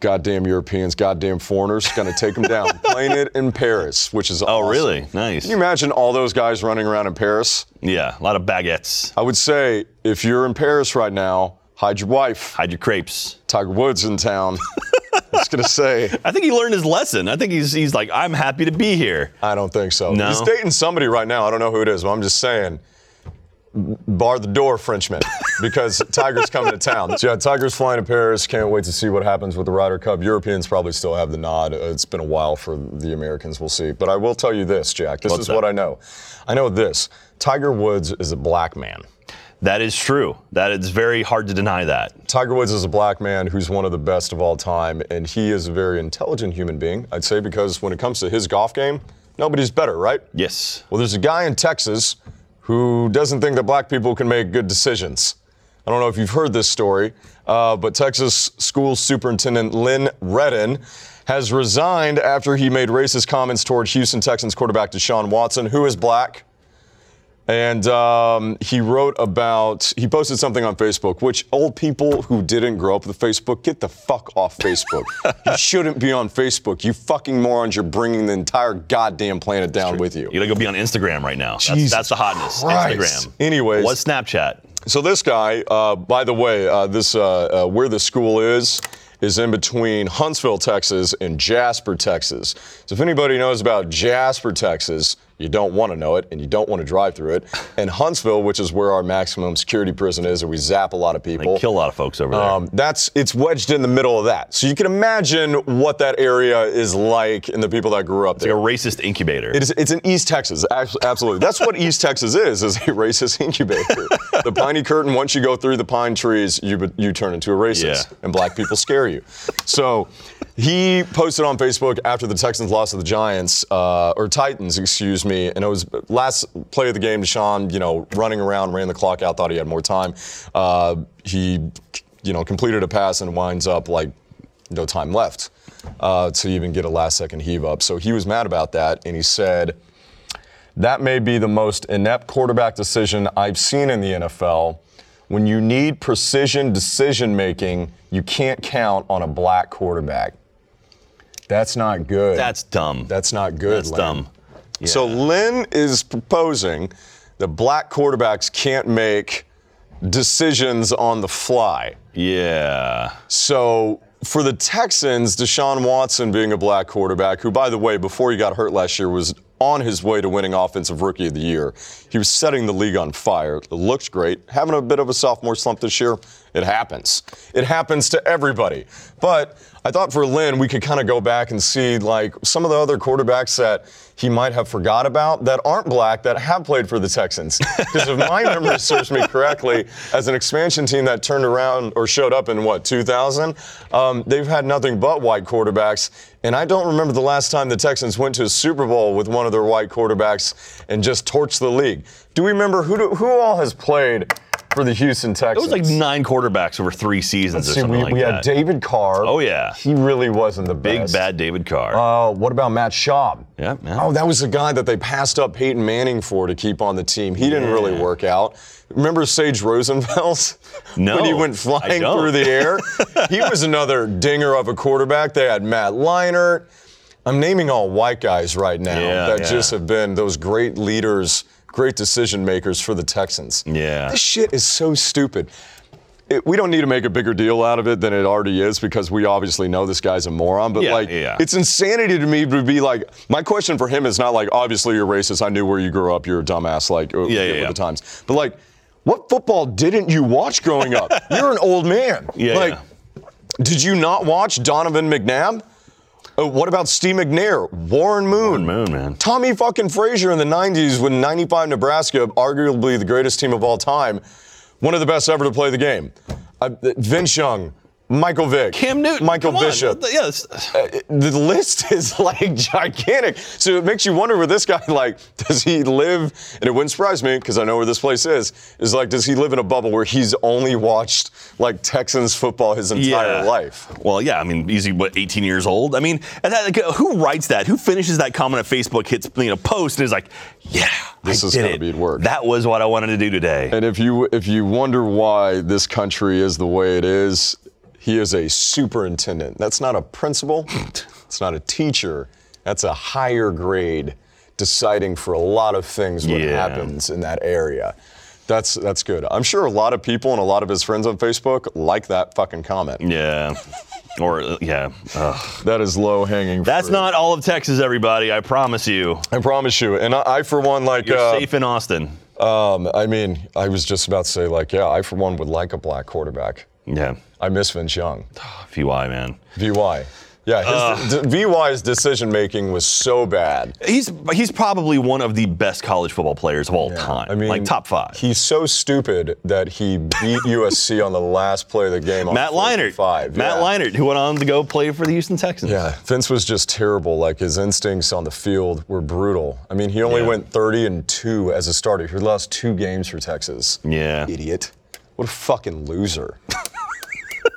Goddamn Europeans, goddamn foreigners, going to take them down. Playing it in Paris, which is
Oh,
awesome.
really? Nice.
Can you imagine all those guys running around in Paris?
Yeah. A lot of baguettes.
I would say if you're in Paris right now, hide your wife.
Hide your crepes.
Tiger Woods in town. I was going to say.
I think he learned his lesson. I think he's he's like, I'm happy to be here.
I don't think so.
No?
He's dating somebody right now. I don't know who it is, but I'm just saying, bar the door, Frenchman, because Tiger's coming to town. So, yeah, Tiger's flying to Paris. Can't wait to see what happens with the Ryder Cup. Europeans probably still have the nod. Uh, It's been a while for the Americans. We'll see. But I will tell you this, Jack. This
What's
is
that?
what I know. I know this. Tiger Woods is a black man.
That is true. That it's very hard to deny that.
Tiger Woods is a black man who's one of the best of all time, and he is a very intelligent human being, I'd say, because when it comes to his golf game, nobody's better, right?
Yes.
Well, there's a guy in Texas who doesn't think that black people can make good decisions. I don't know if you've heard this story, uh, but Texas school superintendent Lynn Redden has resigned after he made racist comments toward Houston Texans quarterback Deshaun Watson, who is black. And um, he wrote about, he posted something on Facebook, which old people who didn't grow up with Facebook, get the fuck off Facebook. you shouldn't be on Facebook. You fucking morons, you're bringing the entire goddamn planet down with you.
You gotta go be on Instagram right now. That's,
Jesus
that's the hotness.
Christ.
Instagram.
Anyways.
What's Snapchat?
So this guy, uh, by the way, uh, this uh, uh, where the school is is in between Huntsville, Texas, and Jasper, Texas. So if anybody knows about Jasper, Texas, you don't want to know it, and you don't want to drive through it. And Huntsville, which is where our maximum security prison is, and we zap a lot of
They
people.
kill a lot of folks over there.
Um, that's it's wedged in the middle of that, so you can imagine what that area is like, and the people that grew up
like a
there.
racist incubator.
It is, it's in East Texas, abs- absolutely. That's what East Texas is, is a racist incubator. the piney curtain, once you go through the pine trees, you, be- you turn into a racist,
Yeah.
and black people scare you. So he posted on Facebook after the Texans lost to the Giants, uh, or Titans, excuse me, and it was last play of the game, Deshaun, you know, running around, ran the clock out, thought he had more time. Uh, he, you know, completed a pass and winds up like no time left uh, to even get a last second heave up. So he was mad about that, and he said, That may be the most inept quarterback decision I've seen in the NFL. When you need precision decision making, you can't count on a black quarterback. That's not good.
that's dumb.
That's not good.
That's
Lynn.
dumb.
So Lynn is proposing that black quarterbacks can't make decisions on the fly.
Yeah.
So for the Texans, Deshaun Watson being a black quarterback, who, by the way, before he got hurt last year, was on his way to winning Offensive Rookie of the Year. He was setting the league on fire. It looked great. Having a bit of a sophomore slump this year, it happens. It happens to everybody. But I thought for Lynn, we could kind of go back and see like some of the other quarterbacks that he might have forgot about that aren't black that have played for the Texans. Because if my memory serves me correctly, as an expansion team that turned around or showed up in what 2000, um, they've had nothing but white quarterbacks. And I don't remember the last time the Texans went to a Super Bowl with one of their white quarterbacks and just torched the league. Do we remember who do, who all has played for the Houston
It
Texans?
was like nine quarterbacks over three seasons or
See,
something
we,
like
we had
that.
David Carr.
Oh, yeah.
he really wasn't the
Big
best.
bad David Carr.
Oh, what about Matt Schaub?
Yeah, yeah.
Oh, that was the guy that they passed up Peyton Manning for to keep on the team. He didn't really work out. Remember Sage Rosenfels?
No,
when he went
I
flying
don't.
through the air? he was another dinger of a quarterback. They had Matt Leinart. I'm naming all white guys right now
Yeah,
that
yeah.
just have been those great leaders, great decision makers for the Texans.
Yeah.
This shit is so stupid. It- we don't need to make a bigger deal out of it than it already is because we obviously know this guy's a moron. But
Yeah,
like,
yeah.
it's insanity to me to be like. My question for him is not like, obviously you're racist. I knew where you grew up. You're a dumbass. Like, yeah,
yeah,
with
yeah.
the times. But like, what football didn't you watch growing up? you're an old man.
Yeah,
Like, did you not watch Donovan McNabb? Uh, what about Steve McNair, Warren Moon,
Warren Moon, man.
Tommy fucking Frazier in the 90s when 95 Nebraska, arguably the greatest team of all time, one of the best ever to play the game. Uh, Vince Young, Michael Vick,
Cam Newton.
Michael
come on.
Bishop.
Yeah, it's-
The list is like gigantic. So it makes you wonder with this guy, like, does he live, and it wouldn't surprise me because I know where this place is, is like, does he live in a bubble where he's only watched like Texans football his entire
yeah.
life?
Well, yeah, I mean, he's what 18 years old. I mean, and that, like, who writes that? Who finishes that comment on Facebook? Hits you know post and is like, yeah,
This
I
is
did
gotta
it.
be at work."
That was what I wanted to do today.
And if you if you wonder why this country is the way it is, he is a superintendent. That's not a principal. It's not a teacher. That's a higher grade deciding for a lot of things what
Yeah.
happens in that area. That's that's good. I'm sure a lot of people and a lot of his friends on Facebook like that fucking comment.
Yeah. Or uh, yeah, Ugh.
That is low hanging.
that's
fruit.
not all of Texas, everybody. I promise you,
I promise you. And I, I for one, like
you're
uh,
safe in Austin.
um, I mean, I was just about to say like, yeah, I for one would like a black quarterback.
Yeah,
I miss Vince Young.
VY man.
VY. Yeah, his, d- VY's decision making was so bad.
He's he's probably one of the best college football players of all time.
I mean,
like top five.
He's so stupid that he beat USC on the last play of the game. On
Matt
fourth and
Leinart.
Five.
Matt
yeah.
Leinart, who went on to go play for the Houston Texans.
Yeah, Vince was just terrible. Like his instincts on the field were brutal. I mean, he only
Yeah.
went 30 and two as a starter. He lost two games for Texas.
Yeah.
Idiot. What a fucking loser.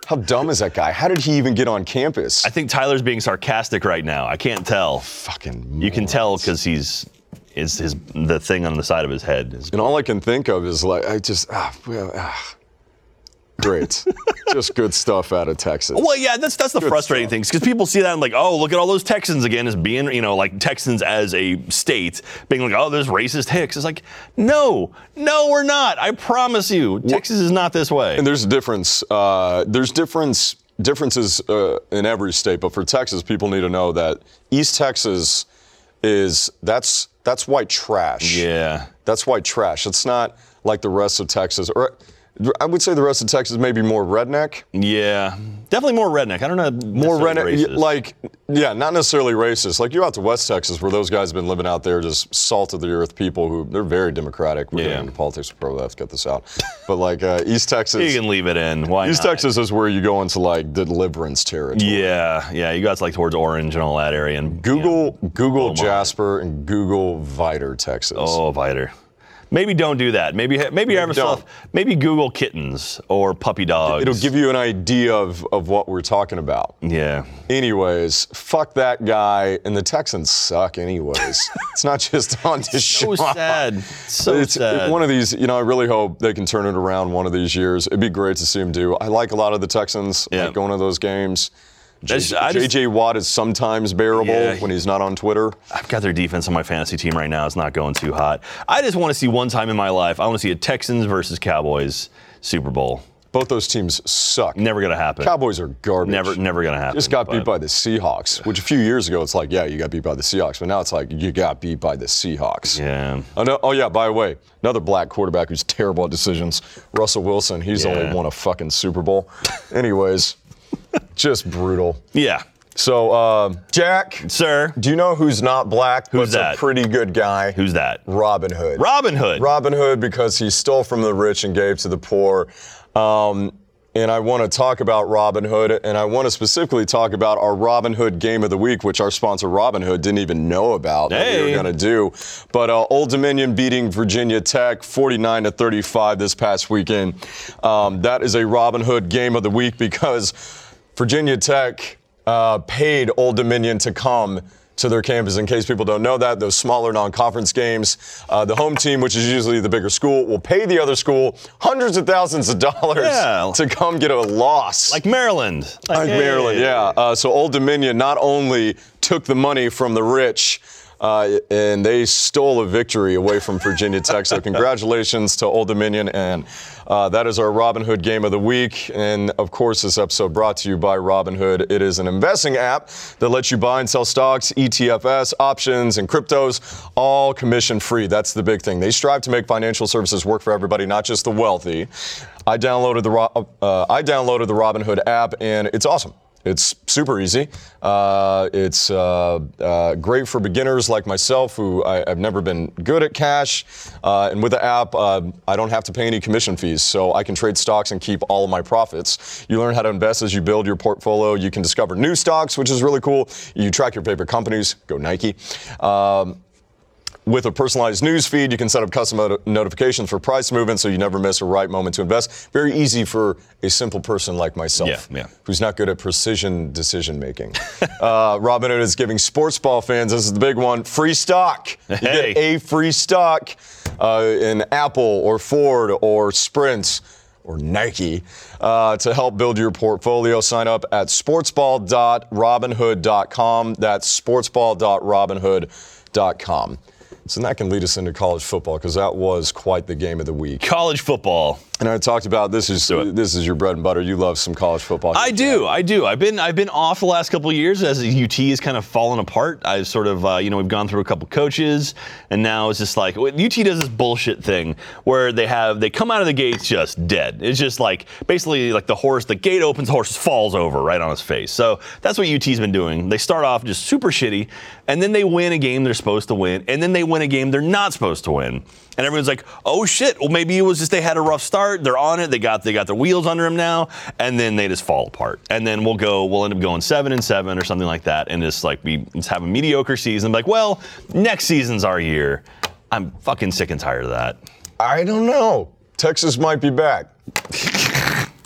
How dumb is that guy? How did he even get on campus?
I think Tyler's being sarcastic right now. I can't tell.
fucking
You can tell because he's is his the thing on the side of his head. Is,
And all I can think of is like, I just, ah, well, ah. great. just good stuff out of Texas.
well, yeah, that's that's the frustrating thing because people see that and like, oh, look at all those Texans again as being you know like Texans as a state being like, oh, there's racist Hicks. It's like, no, no, we're not. I promise you, Texas is not this way.
And there's a difference. Uh, there's difference differences uh, in every state, but for Texas, people need to know that East Texas is that's that's white trash.
yeah.
That's white trash. It's not like the rest of Texas, or I would say the rest of Texas may be more redneck.
Yeah, definitely more redneck. I don't know.
more
necessarily
rena- y-
racist.
like yeah not necessarily racist like you're out to west texas where those guys have been living out there just salt of the earth people who they're very democratic we're
Yeah.
getting into politics pro let's get this out but like uh, east texas
you can leave it in. Why
east
not?
texas is where you go into like deliverance territory
Yeah, yeah. You guys like towards Orange and all that area. And
google google jasper and google viter texas
Oh, Viter. Maybe don't do that. Maybe maybe, maybe have yourself. Maybe Google kittens or puppy dogs.
it'll give you an idea of, of what we're talking about
Yeah.
anyways fuck that guy and the texans suck anyways it's not just on this
So sad. So
it's
sad.
one of these. You know, I really hope they can turn it around one of these years. It'd be great to see him do. I like a lot of the Texans.
Yeah.
Like going to those games. J-
That's- I just-
JJ Watt is sometimes bearable
Yeah.
when he's not on Twitter.
I've got their defense on my fantasy team right now. It's not going too hot. I just want to see one time in my life. I want to see a Texans versus Cowboys Super Bowl.
Both those teams suck.
Never gonna happen.
Cowboys are garbage.
Never, never gonna happen.
Just got beat
but-
by the Seahawks, which a few years ago it's like, yeah, you got beat by the Seahawks, but now it's like you got beat by the Seahawks.
Yeah.
Oh, no, oh yeah. By the way, another black quarterback who's terrible at decisions, Russell Wilson. He's
Yeah.
only won a fucking Super Bowl. Anyways, just brutal.
Yeah.
So, uh, Jack,
Sir,
do you know who's not black
Who's
but's
that?
a pretty good guy?
who's that?
Robin Hood?
Robin Hood.
Robin Hood because he stole from the rich and gave to the poor. Um, and I want to talk about Robin Hood, and I want to specifically talk about our Robin Hood game of the week, which our sponsor Robin Hood didn't even know about that we
Hey.
were going to do. But uh, Old Dominion beating Virginia Tech 49 to 35 this past weekend. Um, that is a Robin Hood game of the week because Virginia Tech uh, paid Old Dominion to come to their campus. In case people don't know that, those smaller non-conference games, uh, the home team, which is usually the bigger school, will pay the other school hundreds of thousands of dollars
Yeah.
to come get a loss.
Like Maryland.
Like Maryland, yeah. Uh, so Old Dominion not only took the money from the rich, uh, and they stole a victory away from Virginia Tech. So congratulations to Old Dominion, and uh, that is our Robin Hood game of the week. And of course, this episode brought to you by Robin Hood. It is an investing app that lets you buy and sell stocks, E ETFs, options, and cryptos, all commission free. That's the big thing. They strive to make financial services work for everybody, not just the wealthy. I downloaded the Ro- uh, I downloaded the Robinhood app, and it's awesome. It's super easy. Uh, it's uh, uh, great for beginners like myself who I, have never been good at cash. Uh, and with the app, uh, I don't have to pay any commission fees, so I can trade stocks and keep all of my profits. You learn how to invest as you build your portfolio. You can discover new stocks, which is really cool. You track your favorite companies. Go Nike. Um, with a personalized news feed, you can set up custom not- notifications for price movement so you never miss a right moment to invest. Very easy for a simple person like myself,
Yeah, yeah.
who's not good at precision decision making. uh, Robinhood is giving sports ball fans, this is the big one, free stock. You
Hey.
get a free stock uh, in Apple or Ford or Sprint or Nike uh, to help build your portfolio. Sign up at sportsball.robinhood.com. That's sportsball.robinhood.com. So that can lead us into college football because that was quite the game of the week.
College football.
And I talked about this is
Do it.
this is your bread and butter. You love some college football.
I do, I do. I've been I've been off the last couple of years as UT has kind of fallen apart. I've sort of uh, you know we've gone through a couple coaches, and now it's just like well, UT does this bullshit thing where they have they come out of the gates just dead. It's just like basically like the horse, the gate opens, the horse falls over right on his face. So that's what UT's been doing. They start off just super shitty, and then they win a game they're supposed to win, and then they win a game they're not supposed to win. And everyone's like, "Oh shit! Well, maybe it was just they had a rough start. They're on it. They got they got their wheels under them now, and then they just fall apart. And then we'll go, we'll end up going seven and seven or something like that, and just like we just have a mediocre season. Like, well, next season's our year. I'm fucking sick and tired of that.
I don't know. Texas might be back.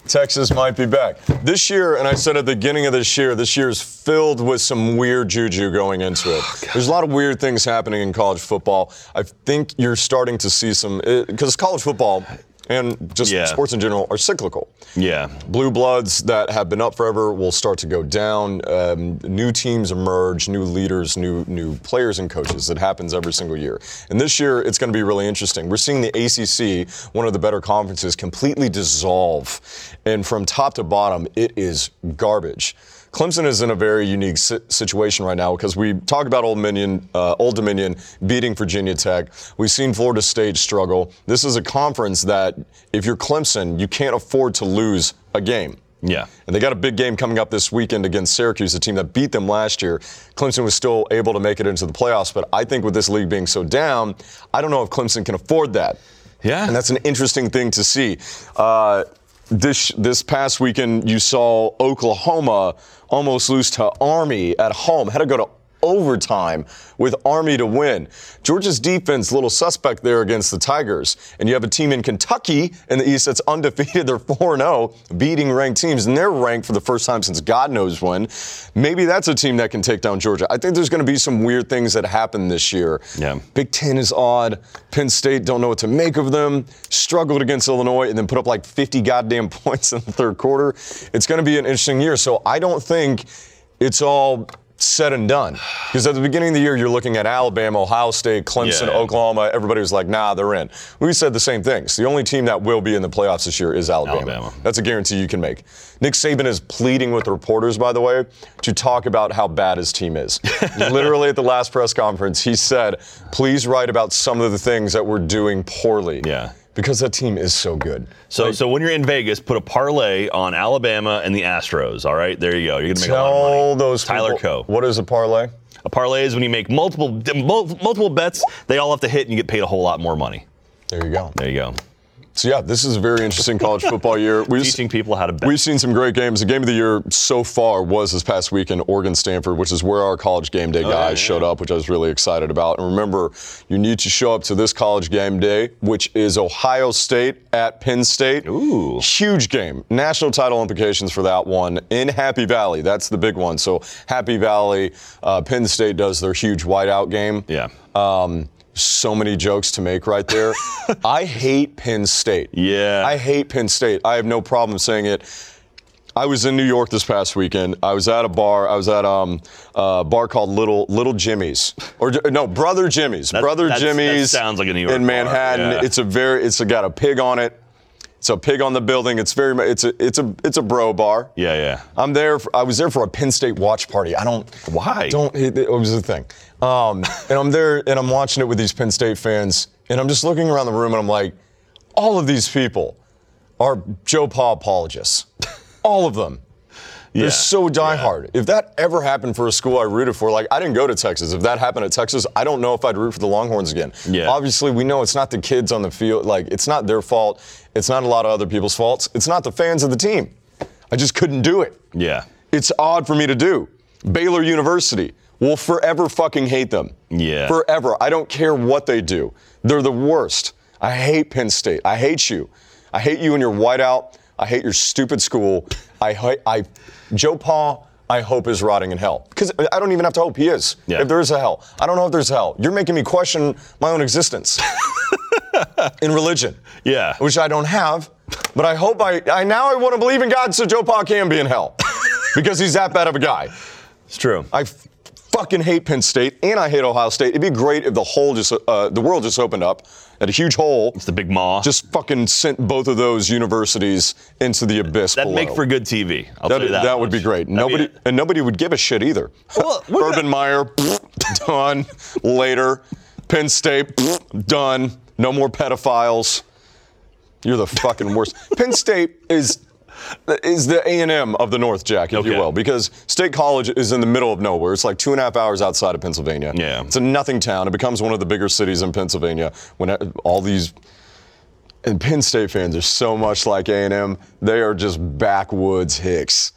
Texas might be back. This year, and I said at the beginning of this year, this year is filled with some weird juju going into it. There's a lot of weird things happening in college football. I think you're starting to see some, because college football and just
Yeah.
sports in general are cyclical.
Yeah,
Blue bloods that have been up forever will start to go down. Um, new teams emerge, new leaders, new new players and coaches. It happens every single year. And this year, it's going to be really interesting. We're seeing the ACC, one of the better conferences, completely dissolve, and from top to bottom, it is garbage. Clemson is in a very unique si- situation right now because we talk about Old Dominion, uh, Old Dominion beating Virginia Tech. We've seen Florida State struggle. This is a conference that, if you're Clemson, you can't afford to lose a game.
yeah.
And they got a big game coming up this weekend against Syracuse, the team that beat them last year. Clemson was still able to make it into the playoffs, but I think with this league being so down, I don't know if Clemson can afford that.
Yeah.
And that's an interesting thing to see. Uh, this this past weekend, you saw Oklahoma almost lose to Army at home. Had to go to overtime with Army to win. Georgia's defense, little suspect there against the Tigers. And you have a team in Kentucky in the East that's undefeated. They're 4 0, beating ranked teams, and they're ranked for the first time since God knows when. Maybe that's a team that can take down Georgia. I think there's going to be some weird things that happen this year.
Yeah.
Big Ten is odd. Penn State don't know what to make of them. Struggled against Illinois and then put up like 50 goddamn points in the third quarter. It's going to be an interesting year. So I don't think it's all said and done because at the beginning of the year you're looking at Alabama, Ohio State, Clemson,
Yeah.
Oklahoma. Everybody was like, "Nah, they're in." We said the same things. The only team that will be in the playoffs this year is Alabama.
Alabama.
That's a guarantee you can make. Nick Saban is pleading with reporters, by the way, to talk about how bad his team is. Literally at the last press conference, he said, please write about some of the things that we're doing poorly.
Yeah.
because that team is so good.
So, so when you're in Vegas, put a parlay on Alabama and the Astros. All right, there you go. You're gonna make a lot of money.
Tell those
Tyler
people-
Coe.
What is a parlay?
A parlay is when you make multiple mul- multiple bets. They all have to hit, and you get paid a whole lot more money.
There you go.
There you go.
So yeah, this is a very interesting college football year. We've,
Teaching people how to bet.
We've seen some great games. The game of the year so far was this past weekend, Oregon Stanford, which is where our college game
Oh,
day guys showed up, which I was really excited about. And remember, you need to show up to this college game day, which is Ohio State at Penn State. Ooh. Huge game. National title implications for that one in Happy Valley. That's the big one. So Happy Valley, uh, Penn State does their huge whiteout game.
yeah.
Um, so many jokes to make right there. I hate Penn State.
Yeah.
I hate Penn State. I have no problem saying it. I was in New York this past weekend. I was at a bar. I was at um, a bar called Little Little Jimmy's, or no, Brother Jimmy's. Brother
that's- that
Jimmy's
sounds like a New York
in
bar,
Manhattan.
yeah.
It's a very. It's got a pig on it. It's a pig on the building. It's very. mu- It's a. It's a. It's a bro bar.
yeah. Yeah.
I'm there. For, I was there for a Penn State watch party. I don't.
Why?
Don't. It, it was the thing. Um, and I'm there, and I'm watching it with these Penn State fans, and I'm just looking around the room, and I'm like, all of these people are Joe Paul apologists. All of them.
Yeah.
They're so diehard. If that ever happened for a school I rooted for, like I didn't go to Texas. If that happened at Texas, I don't know if I'd root for the Longhorns again.
Yeah.
Obviously, we know it's not the kids on the field. Like it's not their fault. It's not a lot of other people's faults. It's not the fans of the team. I just couldn't do it.
Yeah.
It's odd for me to do. Baylor University will forever fucking hate them.
Yeah.
Forever. I don't care what they do. They're the worst. I hate Penn State. I hate you. I hate you and your whiteout. I hate your stupid school. I hate I Joe Paul. I hope is rotting in hell because I don't even have to hope he is.
Yeah.
If there is a hell, I don't know if there's a hell. You're making me question my own existence in religion,
Yeah.
which I don't have. But I hope I, I now I want to believe in God so Joe Paul can be in hell because he's that bad of a guy.
It's true.
I f- fucking hate Penn State and I hate Ohio State. It'd be great if the whole just uh, the world just opened up at a huge hole.
It's the big maw.
Just fucking sent both of those universities into the abyss.
That'd
below.
make for good TV. I'll
That'd-
tell you that.
that would be
much.
great.
That'd be
Nobody
it.
and nobody would give a shit either.
Well, we're
Urban
not-
Meyer pfft, done later. Penn State pfft, done. No more pedophiles. You're the fucking worst. Penn State is is the A and M of the North, Jack, if you
Okay.
will, because State College is in the middle of nowhere. It's like two and a half hours outside of Pennsylvania.
Yeah.
it's a nothing town. It becomes one of the bigger cities in Pennsylvania when e, all these and Penn State fans are so much like A&M. They are just backwoods hicks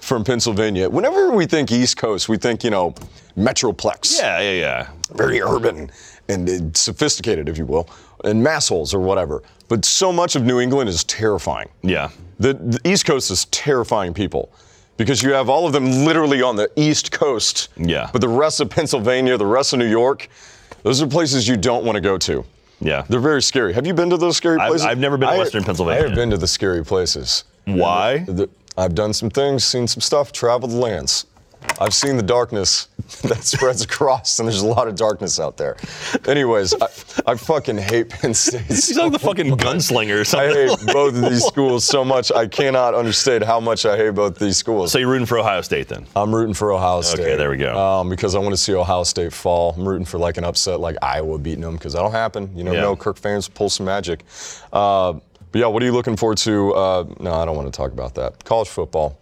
from Pennsylvania. Whenever we think East Coast, we think, you know, metroplex,
Yeah. Yeah. Yeah.
very urban and uh, sophisticated, if you will, and massholes or whatever. But so much of New England is terrifying.
Yeah.
The, the East Coast is terrifying people because you have all of them literally on the East Coast.
Yeah.
But the rest of Pennsylvania, the rest of New York, those are places you don't want to go to.
Yeah.
They're very scary. Have you been to those scary
I've-
places?
I've never been to Western Pennsylvania.
I have been to the scary places.
Why?
The- I've done some things, seen some stuff, traveled the lands. I've seen the darkness that spreads across, and there's a lot of darkness out there. Anyways, I, I fucking hate Penn State.
He's like the fucking gunslinger or
I
something.
hate both of these schools so much. I cannot understand how much I hate both these schools.
So you're rooting for Ohio State then?
I'm rooting for Ohio State.
there we go.
Um, because I want to see Ohio State fall. I'm rooting for like an upset, like Iowa beating them, because that'll happen. You never
Yeah.
know. Kirk fans pull some magic. Uh, but yeah, what are you looking forward to? Uh, no, I don't want to talk about that. College football.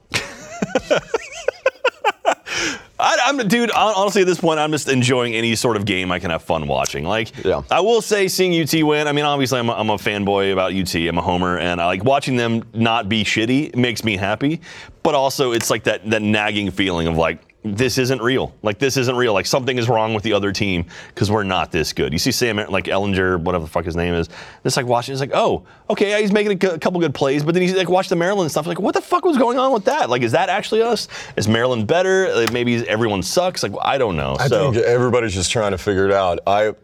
I, I'm, dude. hon- Honestly, at this point, I'm just enjoying any sort of game I can have fun watching. Like,
Yeah.
I will say, seeing UT win. I mean, obviously, I'm a, I'm a fanboy about UT. I'm a homer, and I like watching them not be shitty makes me happy. But also, it's like that that nagging feeling of like this isn't real. Like this isn't real. Like something is wrong with the other team because we're not this good. You see Sam like Ellinger, whatever the fuck his name is. It's like watching. It's like, oh, okay, yeah, he's making a cou- couple good plays, but then he's like, watch the Maryland stuff. Like, what the fuck was going on with that? Like, is that actually us? Is Maryland better? Like, maybe everyone sucks. Like, I don't know.
I
so
think everybody's just trying to figure it out. I.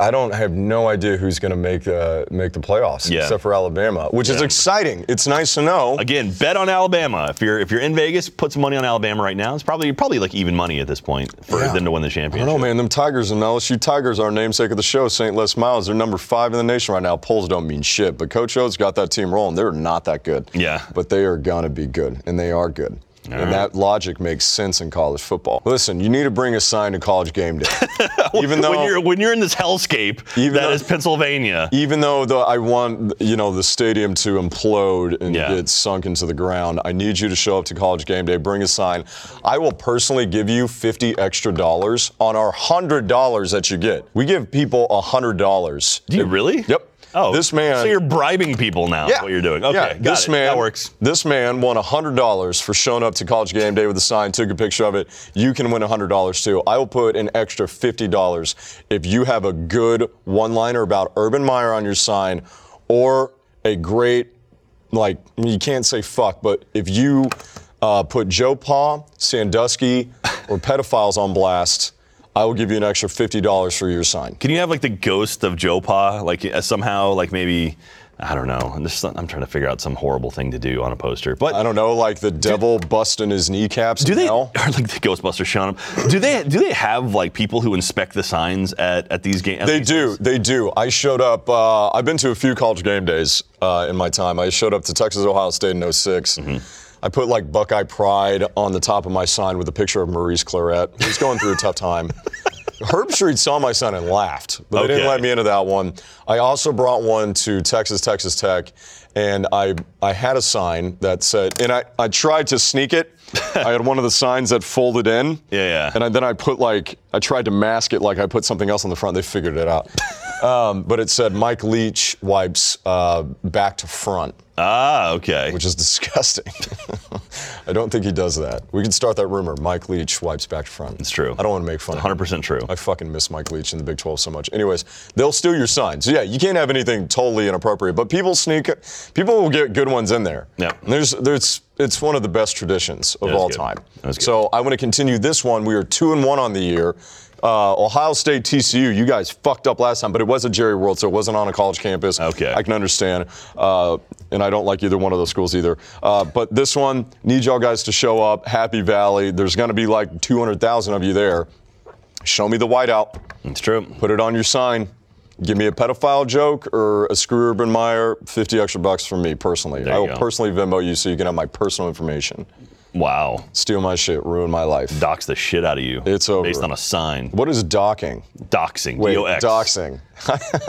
I don't I have no idea who's going to make the make the playoffs
Yeah.
except for Alabama, which is exciting. It's nice to know.
again, bet on Alabama. If you're if you're in Vegas, put some money on Alabama right now. It's probably probably like even money at this point for
Yeah.
them to win the
I
championship.
don't know, man. Them Tigers and LSU Tigers, our namesake of the show, St. Les Miles, they're number five in the nation right now. Polls don't mean shit, but Coach O's got that team rolling. They're not that good.
Yeah.
But they are going to be good, and they are good. and that logic makes sense in college football. Listen, you need to bring a sign to college game day. even though
when you're when you're in this hellscape that is
Even though-
Pennsylvania.
even though the, I want you know the stadium to implode and
Yeah.
get sunk into the ground, I need you to show up to college game day. Bring a sign. I will personally give you fifty extra dollars on our hundred dollars that you get. We give people hundred dollars.
Do you really?
Yep.
Oh,
This man-
So you're bribing people now. is
Yeah.
What you're doing? Okay.
yeah.
got
this
it.
man.
That works.
This man won hundred dollars for showing up to college game day with a sign, took a picture of it. You can win hundred dollars too. I will put an extra fifty dollars if you have a good one-liner about Urban Meyer on your sign, or a great like you can't say fuck, but if you uh, put Joe Paw, Sandusky, or pedophiles on blast, I will give you an extra fifty dollars for your sign.
Can you have like the ghost of Joe Pa? Like uh, somehow, like maybe. I don't know. I'm, just, I'm trying to figure out some horrible thing to do on a poster. But
I don't know, like the devil busting his kneecaps.
Do they
Now.
or like the Ghostbusters showing up? Do they do they have like people who inspect the signs at, at these games?
They do. They do. I showed up. Uh, I've been to a few college game days uh, in my time. I showed up to Texas Ohio State in 6 I put like Buckeye Pride on the top of my sign with a picture of Maurice Claret. He's going through a tough time. Herb Street saw my sign and laughed, but they didn't
Okay.
let me into that one. I also brought one to Texas, Texas Tech, and I I had a sign that said, and I, I tried to sneak it. I had one of the signs that folded in.
Yeah, yeah.
And I, then I put like, I tried to mask it like I put something else on the front. They figured it out. um, but it said Mike Leach wipes uh, back to front,
Ah, okay.
which is disgusting. I don't think he does that. We can start that rumor. Mike Leach wipes back to front. It's
true.
I don't want to make fun of him.
100 percent true.
I fucking miss Mike Leach in the Big 12 so much. Anyways, they'll steal your signs. Yeah, you can't have anything totally inappropriate, but people sneak, people will get good ones in there.
Yeah.
And There's, there's, it's one of the best traditions of
That was
all
good.
time.
That was good.
So I want to continue this one. We are two and one on the year. Uh, Ohio State, TCU, you guys fucked up last time, but it was a Jerry World, so it wasn't on a college campus.
Okay.
I can understand. Uh, and I don't like either one of those schools either. Uh, but this one, need y'all guys to show up. Happy Valley. There's going to be like 200,000 of you there. Show me the whiteout.
It's true.
Put it on your sign. Give me a pedophile joke or a screw Urban Meyer. 50 extra bucks from me personally.
you
I will
go.
personally Venmo you so you can have my personal information.
Wow.
Steal my shit, ruin my life.
Dox the shit out of you.
It's over.
Based on a sign.
what is docking?
Doxing.
Wait,
D-O-X.
doxing.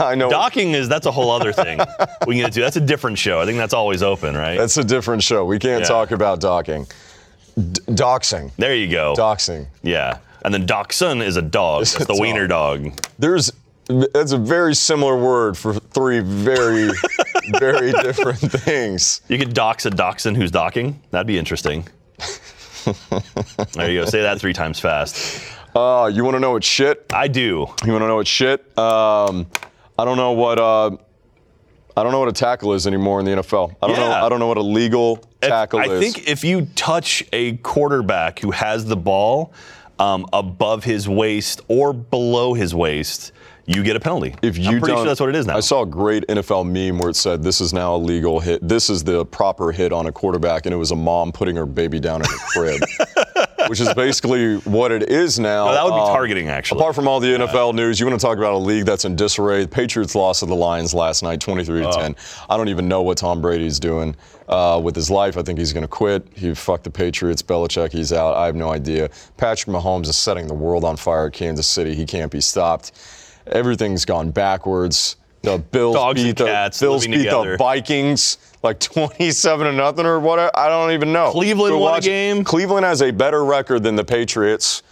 I know.
Docking is that's a whole other thing we can get to. That's a different show. I think that's always open, right?
That's a different show. We can't
Yeah.
talk about docking. D- doxing.
there you go.
Doxing.
yeah. And then dachshund is a dog. That's
a
the
dog.
wiener dog.
There's that's a very similar word for three very, very different things.
You could dox a dachshund who's docking. That'd be interesting. there you go. Say that three times fast.
Uh, you want to know what shit?
I do.
You want to know what shit? Um, I don't know what uh, I don't know what a tackle is anymore in the NFL. I don't
Yeah.
know. I don't know what a legal
If-
tackle
I
is.
think if you touch a quarterback who has the ball um, above his waist or below his waist, you get a penalty.
if you
I'm pretty
don't,
sure that's what it is now.
I saw a great NFL meme where it said, "This is now a legal hit. This is the proper hit on a quarterback," and it was a mom putting her baby down in a crib, which is basically what it is now.
Oh, that would be
Um,
targeting, actually.
Apart from all the NFL news, you want to talk about a league that's in disarray. The Patriots lost to the Lions last night, 23 to
Oh.
10. I don't even know what Tom Brady's doing uh, with his life. I think he's going to quit. He fucked the Patriots. Belichick, he's out. I have no idea. Patrick Mahomes is setting the world on fire at Kansas City. He can't be stopped. Everything's gone backwards. The Bills
Dogs and
beat the
cats
Bills
living
beat
together.
the Vikings like 27 to nothing or whatever. I don't even know.
Cleveland
Go
won a
watch-
game.
Cleveland has a better record than the Patriots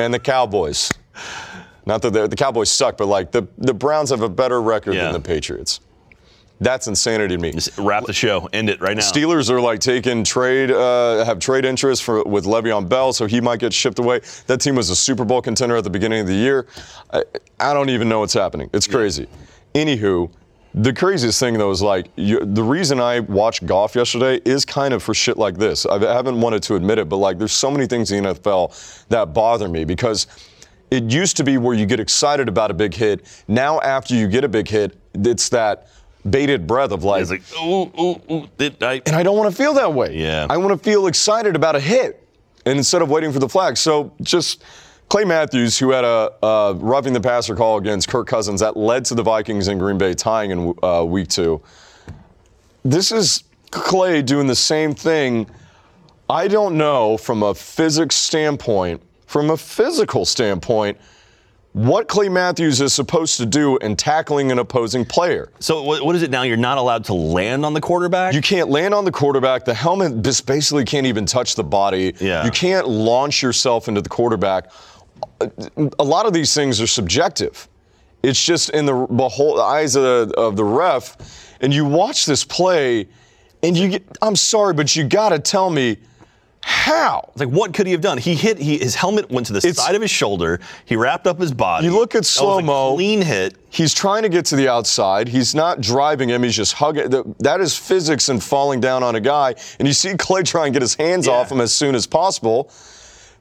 and the Cowboys. Not that the, the Cowboys suck, but like the, the Browns have a better record than
Yeah.
the Patriots. That's insanity to me.
Just wrap the show. End it right now.
Steelers are like taking trade, uh, have trade interest for, with Le'Veon Bell, so he might get shipped away. That team was a Super Bowl contender at the beginning of the year. I, I don't even know what's happening. It's crazy. Anywho, the craziest thing though is like you, the reason I watched golf yesterday is kind of for shit like this. I haven't wanted to admit it, but like there's so many things in the NFL that bother me because it used to be where you get excited about a big hit. Now after you get a big hit, it's that bated breath of like,
It's like, ooh, ooh, ooh. Did I,
and I don't want to feel that way.
Yeah.
I want to feel excited about a hit and instead of waiting for the flag. So just Clay Matthews, who had a uh, roughing the passer call against Kirk Cousins that led to the Vikings in Green Bay tying in uh, week two. This is Clay doing the same thing I don't know from a physics standpoint, from a physical standpoint, what Clay Matthews is supposed to do in tackling an opposing player.
So what, what is it now? You're not allowed to land on the quarterback.
You can't land on the quarterback. The helmet just basically can't even touch the body.
Yeah.
You can't launch yourself into the quarterback. A lot of these things are subjective. It's just in the behold, the eyes of the, of the ref, and you watch this play, and you get, I'm sorry, but you got to tell me how.
It's like, what could he have done? He hit. He, his helmet went to the
It's-
side of his shoulder. He wrapped up his body.
You look at
That was a
slow-mo.
Clean hit.
He's trying to get to the outside. He's not driving him. He's just hugging. th- That is physics and falling down on a guy. And you see Clay try and get his hands
Yeah.
off him as soon as possible.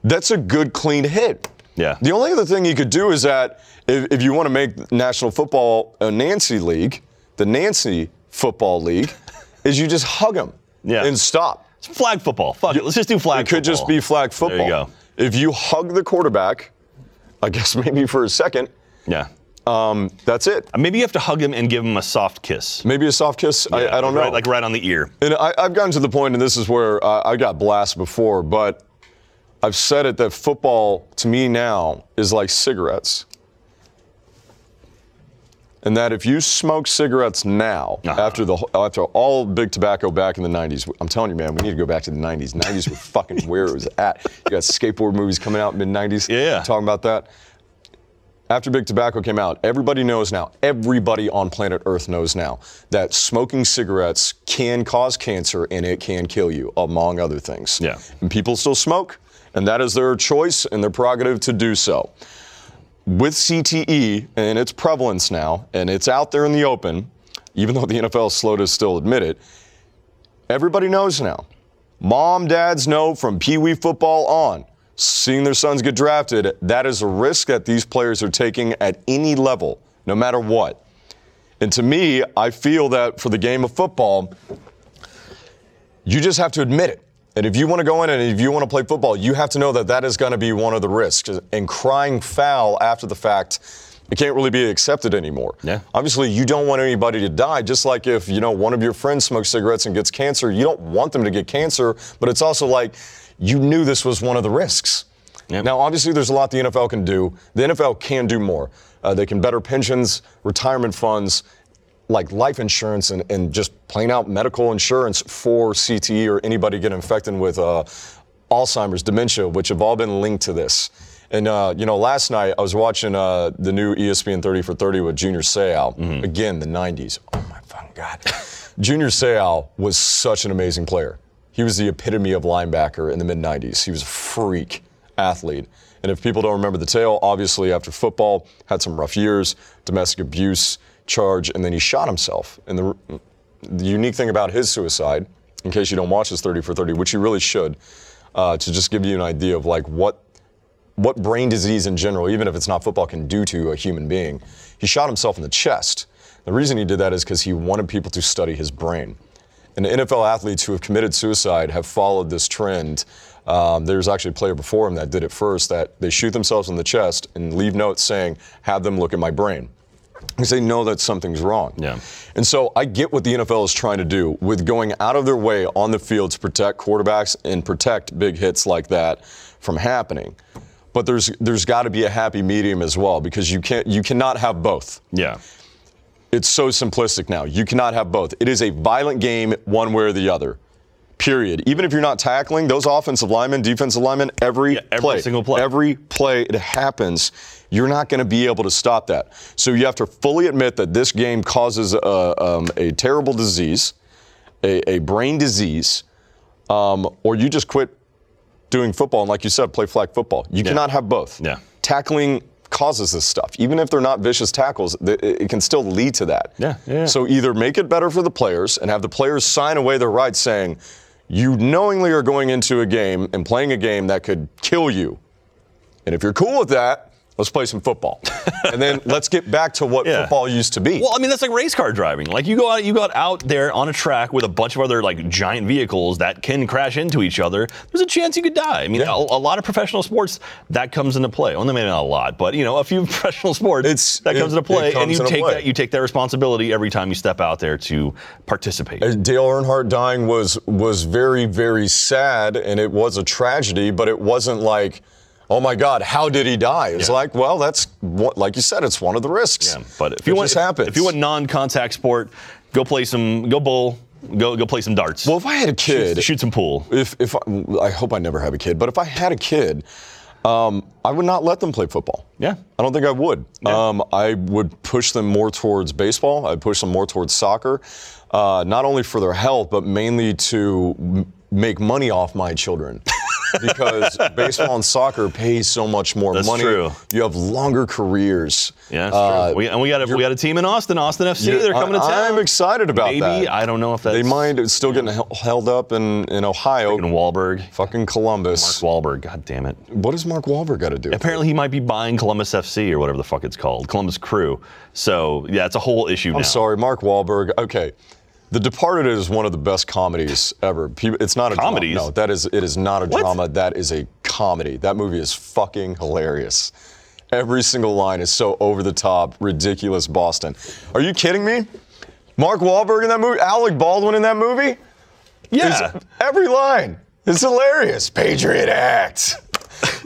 That's a good, clean hit.
Yeah.
The only other thing you could do is that if, if you want to make National Football a Nancy League, the Nancy Football League, is you just hug him
Yeah.
and stop.
It's flag football. Fuck it. Let's just do flag.
It could just
football.
be flag football.
There you go.
If you hug the quarterback, I guess maybe for a second,
Yeah.
um, that's it.
Maybe you have to hug him and give him a soft kiss.
Maybe a soft kiss. I, I don't know.
Right, like right on the ear.
and I, I've gotten to the point, and this is where uh, I got blasted before, but I've said it that football to me now is like cigarettes. And that if you smoke cigarettes now,
Uh-huh.
after the wh- after all big tobacco back in the 90s, I'm telling you, man, we need to go back to the 90s. 90s were fucking where it was at. You got skateboard movies coming out mid 90s.
Yeah.
Talking about that. After Big Tobacco came out, everybody knows now, everybody on planet Earth knows now that smoking cigarettes can cause cancer and it can kill you, among other things.
Yeah.
And people still smoke, and that is their choice and their prerogative to do so. With CTE and its prevalence now, and it's out there in the open, even though the NFL is slow to still admit it, everybody knows now. Mom, dads know from Pee Wee football on, seeing their sons get drafted, that is a risk that these players are taking at any level, no matter what. And to me, I feel that for the game of football, you just have to admit it. And if you want to go in and if you want to play football, you have to know that that is going to be one of the risks. And crying foul after the fact, it can't really be accepted anymore.
Yeah.
Obviously, you don't want anybody to die. Just like if you know one of your friends smokes cigarettes and gets cancer, you don't want them to get cancer. But it's also like you knew this was one of the risks. Now, obviously, there's a lot the NFL can do. The NFL can do more. Uh, they can better pensions, retirement funds, like life insurance and, and just plain out medical insurance for CTE or anybody getting infected with uh, Alzheimer's, dementia, which have all been linked to this. And, uh, you know, last night I was watching uh, the new ESPN 30 for 30 with Junior Seau. Again, the 90s. Oh, my fucking God. Junior Seau was such an amazing player. He was the epitome of linebacker in the mid 90s. He was a freak athlete. And if people don't remember the tale, obviously after football, had some rough years, domestic abuse charge, and then he shot himself. And the, the unique thing about his suicide, in case you don't watch this 30 for 30, which you really should, uh, to just give you an idea of like what what brain disease in general, even if it's not football, can do to a human being. He shot himself in the chest. The reason he did that is because he wanted people to study his brain. And NFL athletes who have committed suicide have followed this trend. Um, there's actually a player before him that did it first that they shoot themselves in the chest and leave notes saying, have them look at my brain. Because they know that something's wrong.
Yeah.
And so I get what the NFL is trying to do with going out of their way on the field to protect quarterbacks and protect big hits like that from happening. But there's there's got to be a happy medium as well because you can't you cannot have both.
Yeah.
It's so simplistic now. You cannot have both. It is a violent game one way or the other. Period. Even if you're not tackling, those offensive linemen, defensive linemen, every,
Yeah, every
play,
single play.
every play it happens, you're not going to be able to stop that. So you have to fully admit that this game causes a, um, a terrible disease, a, a brain disease, um, or you just quit doing football and, like you said, play flag football. You cannot have both.
Yeah.
Tackling causes this stuff. Even if they're not vicious tackles, th- it it can still lead to that.
Yeah, yeah, yeah.
So either make it better for the players and have the players sign away their rights saying, you knowingly are going into a game and playing a game that could kill you. And if you're cool with that, Let's play some football. and then let's get back to what
Yeah.
football used to be.
Well, I mean that's like race car driving. Like you go out, you got out there on a track with a bunch of other like giant vehicles that can crash into each other. There's a chance you could die. I mean,
Yeah.
a, a lot of professional sports that comes into play. Well, maybe not a lot, but you know, a few professional sports
It's-
that
it-
comes into
it
play,
comes
and you
into
take
play.
that you take that responsibility every time you step out there to participate.
Uh, Dale Earnhardt dying was was very very sad and it was a tragedy, but it wasn't like, oh my God, how did he die? It's like, well, that's what, like you said, it's one of the risks.
Yeah, but if
It
you want
just happens.
if you want non-contact sport, go play some go bowl, go go play some darts.
well, if I had a kid,
shoot, shoot some pool.
if if I, I hope I never have a kid, but if I had a kid, um, I would not let them play football.
Yeah.
I don't think I would.
Yeah.
Um, I would push them more towards baseball. I'd push them more towards soccer, uh, not only for their health, but mainly to m- make money off my children. because baseball and soccer pays so much more
That's
money.
true.
You have longer careers.
Yeah, that's
Uh,
true. We, and we got a, we got a team in Austin, Austin FC.
you're-
They're coming to
I-
town.
I'm excited about
Maybe,
that.
I don't know if that's
they mind it's still getting hel- held up in, in Ohio.
And Wahlberg,
Fucking Columbus.
Wahlberg. God damn it!
What does Mark Wahlberg got to do?
Apparently, he might be buying Columbus FC or whatever the fuck it's called, Columbus Crew. So yeah, it's a whole issue now.
I'm sorry, Mark Wahlberg. Okay. The Departed is one of the best comedies ever. People, it's not a
Comedies?
drama. No, that is it is not a
What?
drama. That is a comedy. That movie is fucking hilarious. Every single line is so over the top, ridiculous Boston. Are you kidding me? Mark Wahlberg in that movie, Alec Baldwin in that movie?
Yeah,
It's- every line. It's hilarious. Patriot Act.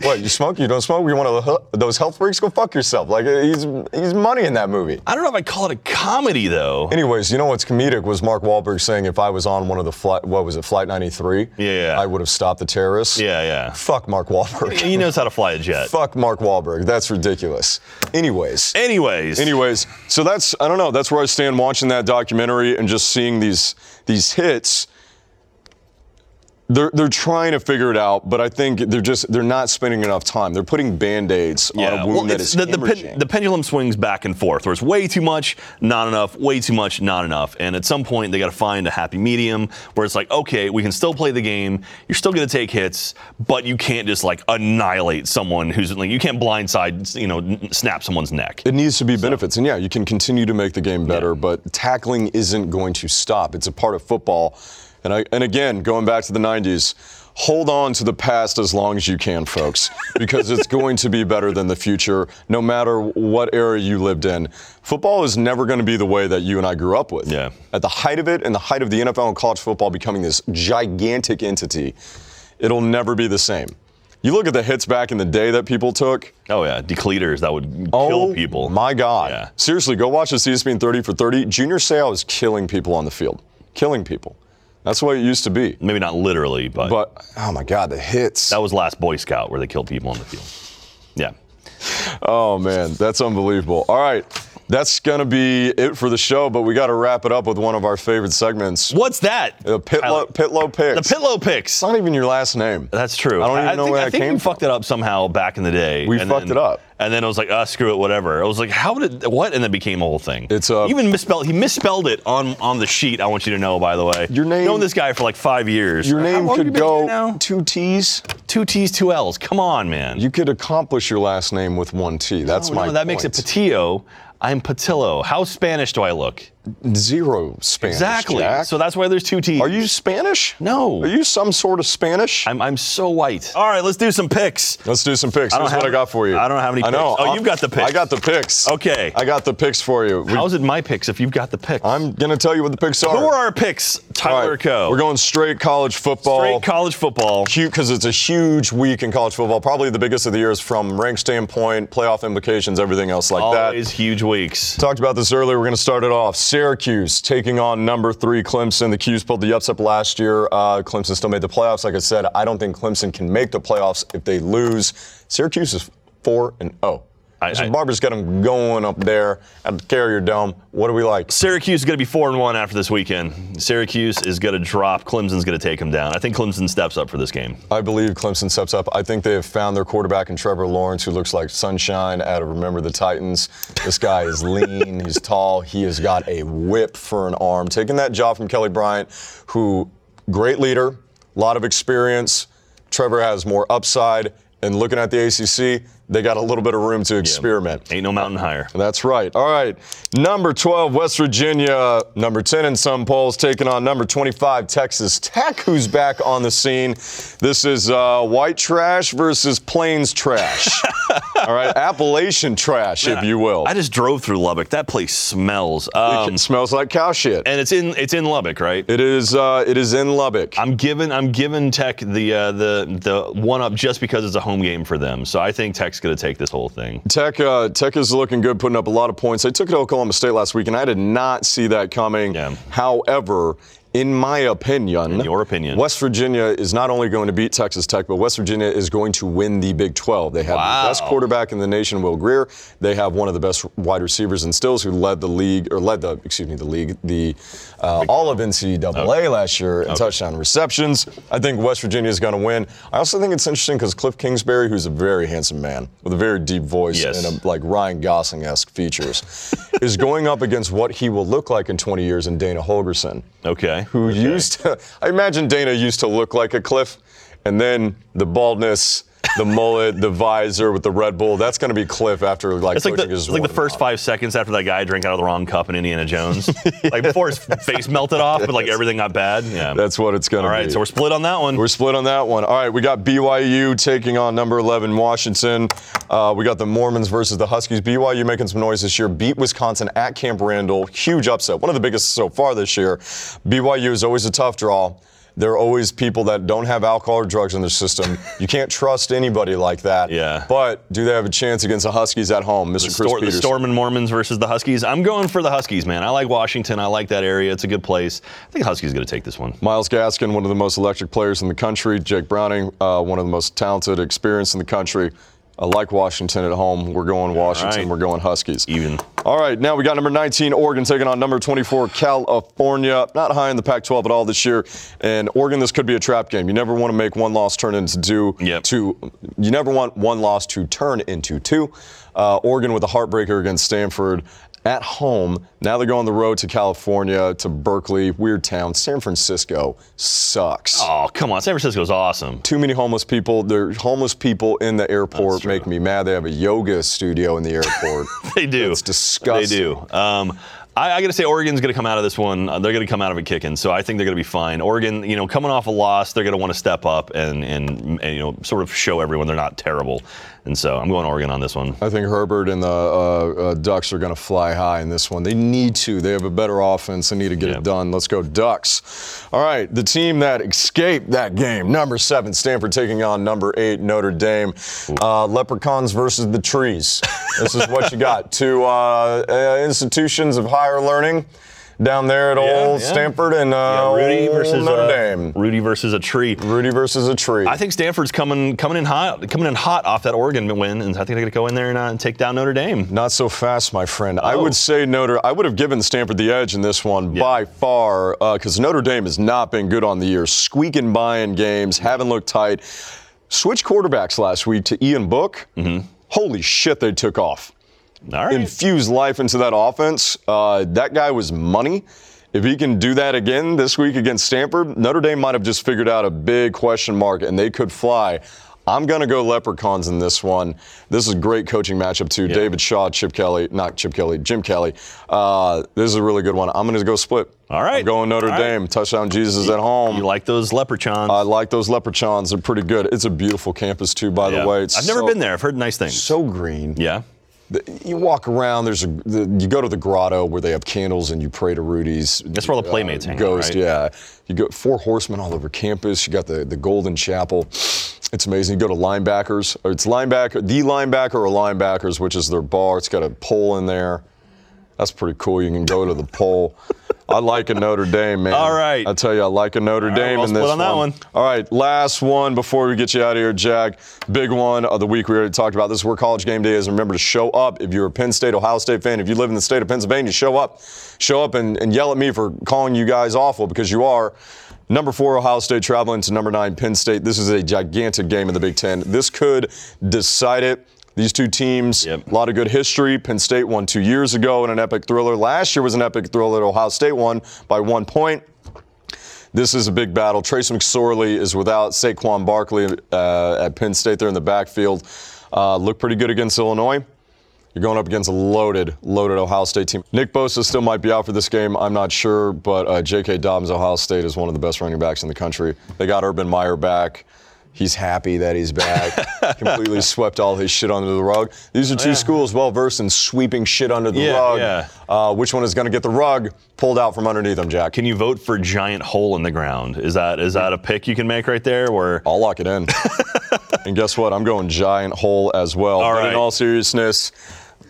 what, you smoke? You don't smoke? You're one of the, those health freaks? Go fuck yourself. Like, uh, he's, he's money in that movie.
I don't know if I call it a comedy though.
Anyways, you know what's comedic was Mark Wahlberg saying if I was on one of the flight, what was it, Flight 93?
Yeah, yeah.
I would have stopped the terrorists.
Yeah, yeah.
Fuck Mark Wahlberg.
He knows how to fly a jet.
Fuck Mark Wahlberg. That's ridiculous. Anyways.
Anyways,
Anyways, so that's I don't know. That's where I stand watching that documentary and just seeing these these hits. They're they're trying to figure it out, but I think they're just they're not spending enough time. They're putting band-aids on a wound that
it's-
is
the, the, pen-
hemorrhaging.
the pendulum swings back and forth, where it's way too much, not enough, way too much, not enough. And at some point, they got to find a happy medium where it's like, okay, we can still play the game. You're still going to take hits, but you can't just like annihilate someone who's like, you can't blindside, you know, n- snap someone's neck.
It needs to be benefits. And yeah, you can continue to make the game better, but tackling isn't going to stop. It's a part of football. And, I, and again, going back to the 90s, hold on to the past as long as you can, folks, because it's going to be better than the future, no matter what era you lived in. Football is never going to be the way that you and I grew up with.
Yeah.
At the height of it and the height of the NFL and college football becoming this gigantic entity, it'll never be the same. You look at the hits back in the day that people took.
Oh, yeah, decleaters that would kill people.
Oh My God.
Yeah.
Seriously, go watch the CSPN 30 for 30. Junior Seau is killing people on the field. Killing people. That's what it used to be.
Maybe not literally,
But oh my God, the hits.
that was last Boy Scout where they killed people on the field. Yeah.
Oh man, that's unbelievable. All right. That's gonna be it for the show, but we gotta wrap it up with one of our favorite segments.
What's that?
The
Tyler.
Pitlow Pitlow
The
Picks.
Pitlow picks.
it's not even your last name.
That's true.
I don't even know
think,
where
I
that
think
came
we fucked
from.
it up somehow back in the day.
We fucked
then-
it up.
And then it was like, ah, screw it, whatever. I was like, how did what? And that became a whole thing.
It's, uh,
even misspelled. He misspelled it on on the sheet. I want you to know, by the way.
Your name-
Known this guy for like five years.
Your
How
name
long you
could
been
go
here now?
two T's.
two T's, two L's. Come on, man.
You could accomplish your last name with one T. That's
Oh,
my
no, that makes it
point.
Patillo. I'm Patillo. How Spanish do I look?
zero Spanish.
Exactly.
Jack.
So that's why there's two T's.
Are you Spanish?
No.
Are you some sort of Spanish?
I'm, I'm so white. All right, let's do some picks.
Let's do some picks.
don't
Here's what I
have-
got for you.
I don't have any
I know.
picks. Oh,
I'll-
you've got the picks.
I got the picks.
Okay.
I got the picks for you. We-
How's it my picks if you've got the picks?
I'm gonna tell you what the picks are.
Who are our picks?
All
Tyler
right,
Co.
We're going straight college football.
Straight college football.
cute because it's a huge week in college football. Probably the biggest of the year is from rank standpoint, playoff implications, everything else like that.
Always huge weeks.
Talked about this earlier. We're going to start it off. Syracuse taking on number three Clemson. The Qs pulled the upset last year. Uh, Clemson still made the playoffs. Like I said, I don't think Clemson can make the playoffs if they lose. Syracuse is four and zero.
I-
Mr.
I-
Barber's got them going up there at the Carrier Dome. What do we like?
Syracuse is going to be four and one after this weekend. Syracuse is going to drop. Clemson's going to take him down. I think Clemson steps up for this game.
I believe Clemson steps up. I think they have found their quarterback in Trevor Lawrence, who looks like sunshine out of Remember the Titans. This guy is lean, he's tall, he has got a whip for an arm. Taking that job from Kelly Bryant, who great leader, lot of experience. Trevor has more upside. And looking at the ACC, they got a little bit of room to experiment.
Ain't no mountain higher.
That's right. All right. Number 12, West Virginia. Number 10 in some polls, taking on number 25, Texas Tech, who's back on the scene. This is uh, white trash versus plains trash. All right. Appalachian trash, if you will.
I just drove through Lubbock. That place smells. Um,
it smells like cow shit.
and it's in it's in Lubbock, right?
It is, uh, it is in Lubbock.
I'm giving I'm giving Tech the uh, the the one up just because it's a home game for them. So I think Tech's going to take this whole thing.
Tech, uh, Tech is looking good, putting up a lot of points. They took it to Oklahoma State last week, and I did not see that coming.
Yeah.
However, in my opinion, in
your opinion.
West Virginia is not only going to beat Texas Tech, but West Virginia is going to win the Big 12. They have the best quarterback in the nation, Will Greer. They have one of the best wide receivers in Stills, who led the league, or led the, excuse me, the league, the uh, all of NCAA last year in touchdown receptions. I think West Virginia is going to win. I also think it's interesting because Cliff Kingsbury, who's a very handsome man with a very deep voice
Yes.
and a like Ryan Gosling esque features, is going up against what he will look like in 20 years in Dana Holgerson,
Okay.
who used to, I imagine Dana used to look like a cliff, and then the baldness, the mullet, the visor with the Red Bull, that's going to be Cliff after like
It's like the,
coaching is
it's like the
worn
first
out.
five seconds after that guy drank out of the wrong cup in Indiana Jones. Like before his face melted off, but like everything got bad. Yeah.
That's what it's going to
All
be.
right. So we're split on that one.
We're split on that one. All right, we got BYU taking on number 11 Washington. Uh, we got the Mormons versus the Huskies. BYU making some noise this year. Beat Wisconsin at Camp Randall. Huge upset. One of the biggest so far this year. BYU is always a tough draw. There are always people that don't have alcohol or drugs in their system. You can't trust anybody like that.
Yeah.
But do they have a chance against the Huskies at home, Mr. Chris
Stor- the
Peters?
Storm and Mormons versus the Huskies. I'm going for the Huskies, man. I like Washington. I like that area. It's a good place. I think Huskies going to take this one.
Miles Gaskin, one of the most electric players in the country. Jake Browning, uh, one of the most talented, experienced in the country. I like Washington at home. We're going Washington.
right.
We're going Huskies.
Even.
All right, now we got number 19, Oregon, taking on number 24, California. Not high in the Pac 12 at all this year. And Oregon, this could be a trap game. You never want to make one loss turn into two.
Yep.
two you never want one loss to turn into two. Uh, Oregon with a heartbreaker against Stanford at home. Now they go on the road to California, to Berkeley, weird town. San Francisco sucks.
Oh, come on. San Francisco's awesome.
Too many homeless people. There are homeless people in the airport make me mad. They have a yoga studio in the airport.
They do.
It's disgusting.
They do. Um, I, I got to say, Oregon's going to come out of this one. uh, they're going to come out of it kicking, so I think they're going to be fine. Oregon, you know, coming off a loss, they're going to want to step up and, and and you know, sort of show everyone they're not terrible. And so I'm going Oregon on this one.
I think Herbert and the uh, uh, Ducks are going to fly high in this one. They need to. They have a better offense. They need to get
Yeah.
it done. Let's go Ducks. All right, the team that escaped that game, number seven, Stanford taking on number eight, Notre Dame. Uh, leprechauns versus the trees. This is what you got. Two uh, uh, institutions of higher learning down there at old
yeah.
Stanford and uh,
Rudy
old
versus
Notre
uh,
Dame.
Rudy versus a tree.
Rudy versus a tree.
I think Stanford's coming coming in hot coming in hot off that Oregon win, and I think they're going to go in there and, uh, and take down Notre Dame.
Not so fast, my friend. I
Oh.
would say Notre. I would have given Stanford the edge in this one by far because Notre Dame has not been good on the year, squeaking by in games, haven't looked tight. Switch quarterbacks last week to Ian Book. Holy shit, they took off.
All right.
Infuse life into that offense. Uh, that guy was money. If he can do that again this week against Stanford, Notre Dame might have just figured out a big question mark and they could fly. I'm going to go Leprechauns in this one. This is a great coaching matchup, too. David Shaw, Chip Kelly, not Chip Kelly, Jim Kelly. Uh, this is a really good one. I'm going to go split.
All right.
I'm going Notre
All right.
Dame. Touchdown Jesus at home.
you like those leprechauns?
I like those Leprechauns. They're pretty good. It's a beautiful campus, too, by
Yeah.
the way. It's
I've never
so-
been there. I've heard nice things.
So green
yeah.
you walk around. There's a the, you go to the grotto where they have candles and you pray to Rudy's. Uh,
That's where all the playmates hang out,
Ghost,
right?
yeah. You go four horsemen all over campus. You got the the Golden Chapel. It's amazing. You go to linebackers. Or it's linebacker, the linebacker or linebackers, which is their bar. It's got a pole in there. That's pretty cool. You can go to the pole. I like a Notre Dame, man.
All right.
I tell you, I like a Notre
right,
Dame
we'll
in
split
this
on that one.
all right, last one before we get you out of here, Jack. Big one of the week we already talked about. This is where college game day is. Remember to show up. If you're a Penn State, Ohio State fan, if you live in the state of Pennsylvania, show up. Show up and, and yell at me for calling you guys awful because you are. Number four, Ohio State traveling to number nine, Penn State. This is a gigantic game in the Big Ten. This could decide it. These two teams,
Yep.
a lot of good history. Penn State won two years ago in an epic thriller. Last year was an epic thriller. Ohio State won by one point. This is a big battle. Trace McSorley is without Saquon Barkley uh, at Penn State. They're in the backfield. Uh, looked pretty good against Illinois. You're going up against a loaded, loaded Ohio State team. Nick Bosa still might be out for this game. I'm not sure, but uh, J.K. Dobbins, Ohio State, is one of the best running backs in the country. They got Urban Meyer back. He's happy that he's back. Completely swept all his shit under the rug. These are two schools well versed in sweeping shit under the
Yeah,
rug.
yeah.
Uh, which one is going to get the rug pulled out from underneath them, Jack?
Can you vote for giant hole in the ground? Is that is that a pick you can make right there? Where
I'll lock it in. and guess what? I'm going giant hole as well.
All
But
right.
In all seriousness,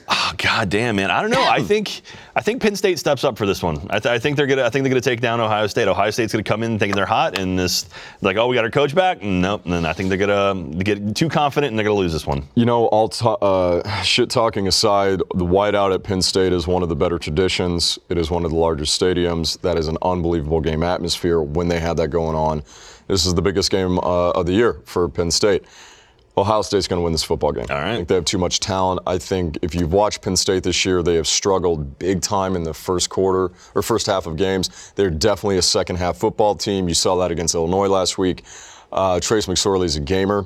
oh, god damn man, I don't know. I think I think Penn State steps up for this one. I, th- I think they're gonna I think they're gonna take down Ohio State. Ohio State's gonna come in thinking they're hot and this like oh we got our coach back. Nope. And then I think they're gonna um, get too confident and they're gonna lose this one.
you know, all ta- uh, shit talking aside, the whiteout at Penn State is one of the better traditions. It is one of the largest stadiums. That is an unbelievable game atmosphere when they had that going on. This is the biggest game uh, of the year for Penn State. Ohio State's going to win this football game.
right.
I think they have too much talent. I think if you've watched Penn State this year, they have struggled big time in the first quarter or first half of games. They're definitely a second half football team. You saw that against Illinois last week. Uh, Trace McSorley's a gamer.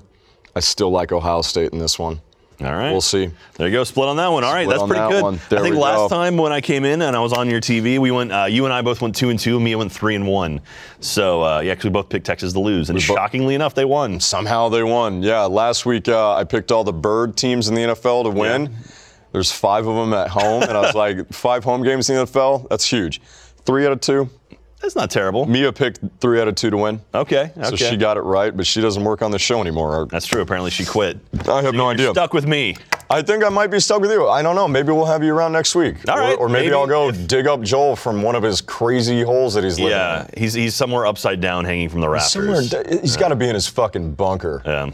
I still like Ohio State in this one.
All right.
We'll see.
There you go, split on that one. All right,
Split
that's
on
pretty
that
good.
one. There
I think
we
last
go.
time when I came in and I was on your TV, we went. Uh, you and I both went two and two. Mia went three and one. So uh, yeah, 'cause we both picked Texas to lose, and shockingly enough, they won.
Somehow they won. Yeah, last week uh, I picked all the bird teams in the NFL to win. There's five of them at home, and I was like, five home games in the NFL? That's huge. Three out of two.
That's not terrible.
Mia picked three out of two to win.
Okay, okay.
So she got it right, but she doesn't work on the show anymore.
that's true. Apparently, she quit.
I have no idea.
Stuck with me.
I think I might be stuck with you. I don't know. Maybe we'll have you around next week.
All
Or-
right,
Or, maybe,
maybe
I'll go dig up Joel from one of his crazy holes that he's living
Yeah, he's he's somewhere upside down, hanging from the
in. Somewhere,
rafters.
he's got to be in his fucking bunker.
Um,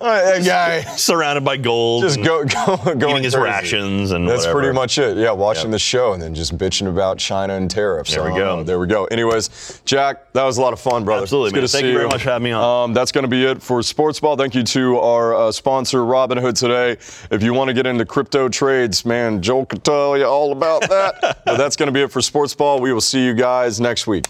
Like, that guy
surrounded by gold.
just
and
go go going
eating his
crazy.
rations and
That's
whatever.
pretty much it. Yeah, watching the show and then just bitching about China and tariffs.
There we
Uh,
go.
There we go. Anyways, Jack, that was a lot of fun, brother.
Absolutely,
It's good
man.
to
Thank
see
you very much for having me on.
Um, that's going to be it for Sports Ball. Thank you to our uh, sponsor, Robinhood, today. If you want to get into crypto trades, man, Joel can tell you all about that. but that's going to be it for Sports Ball. We will see you guys next week.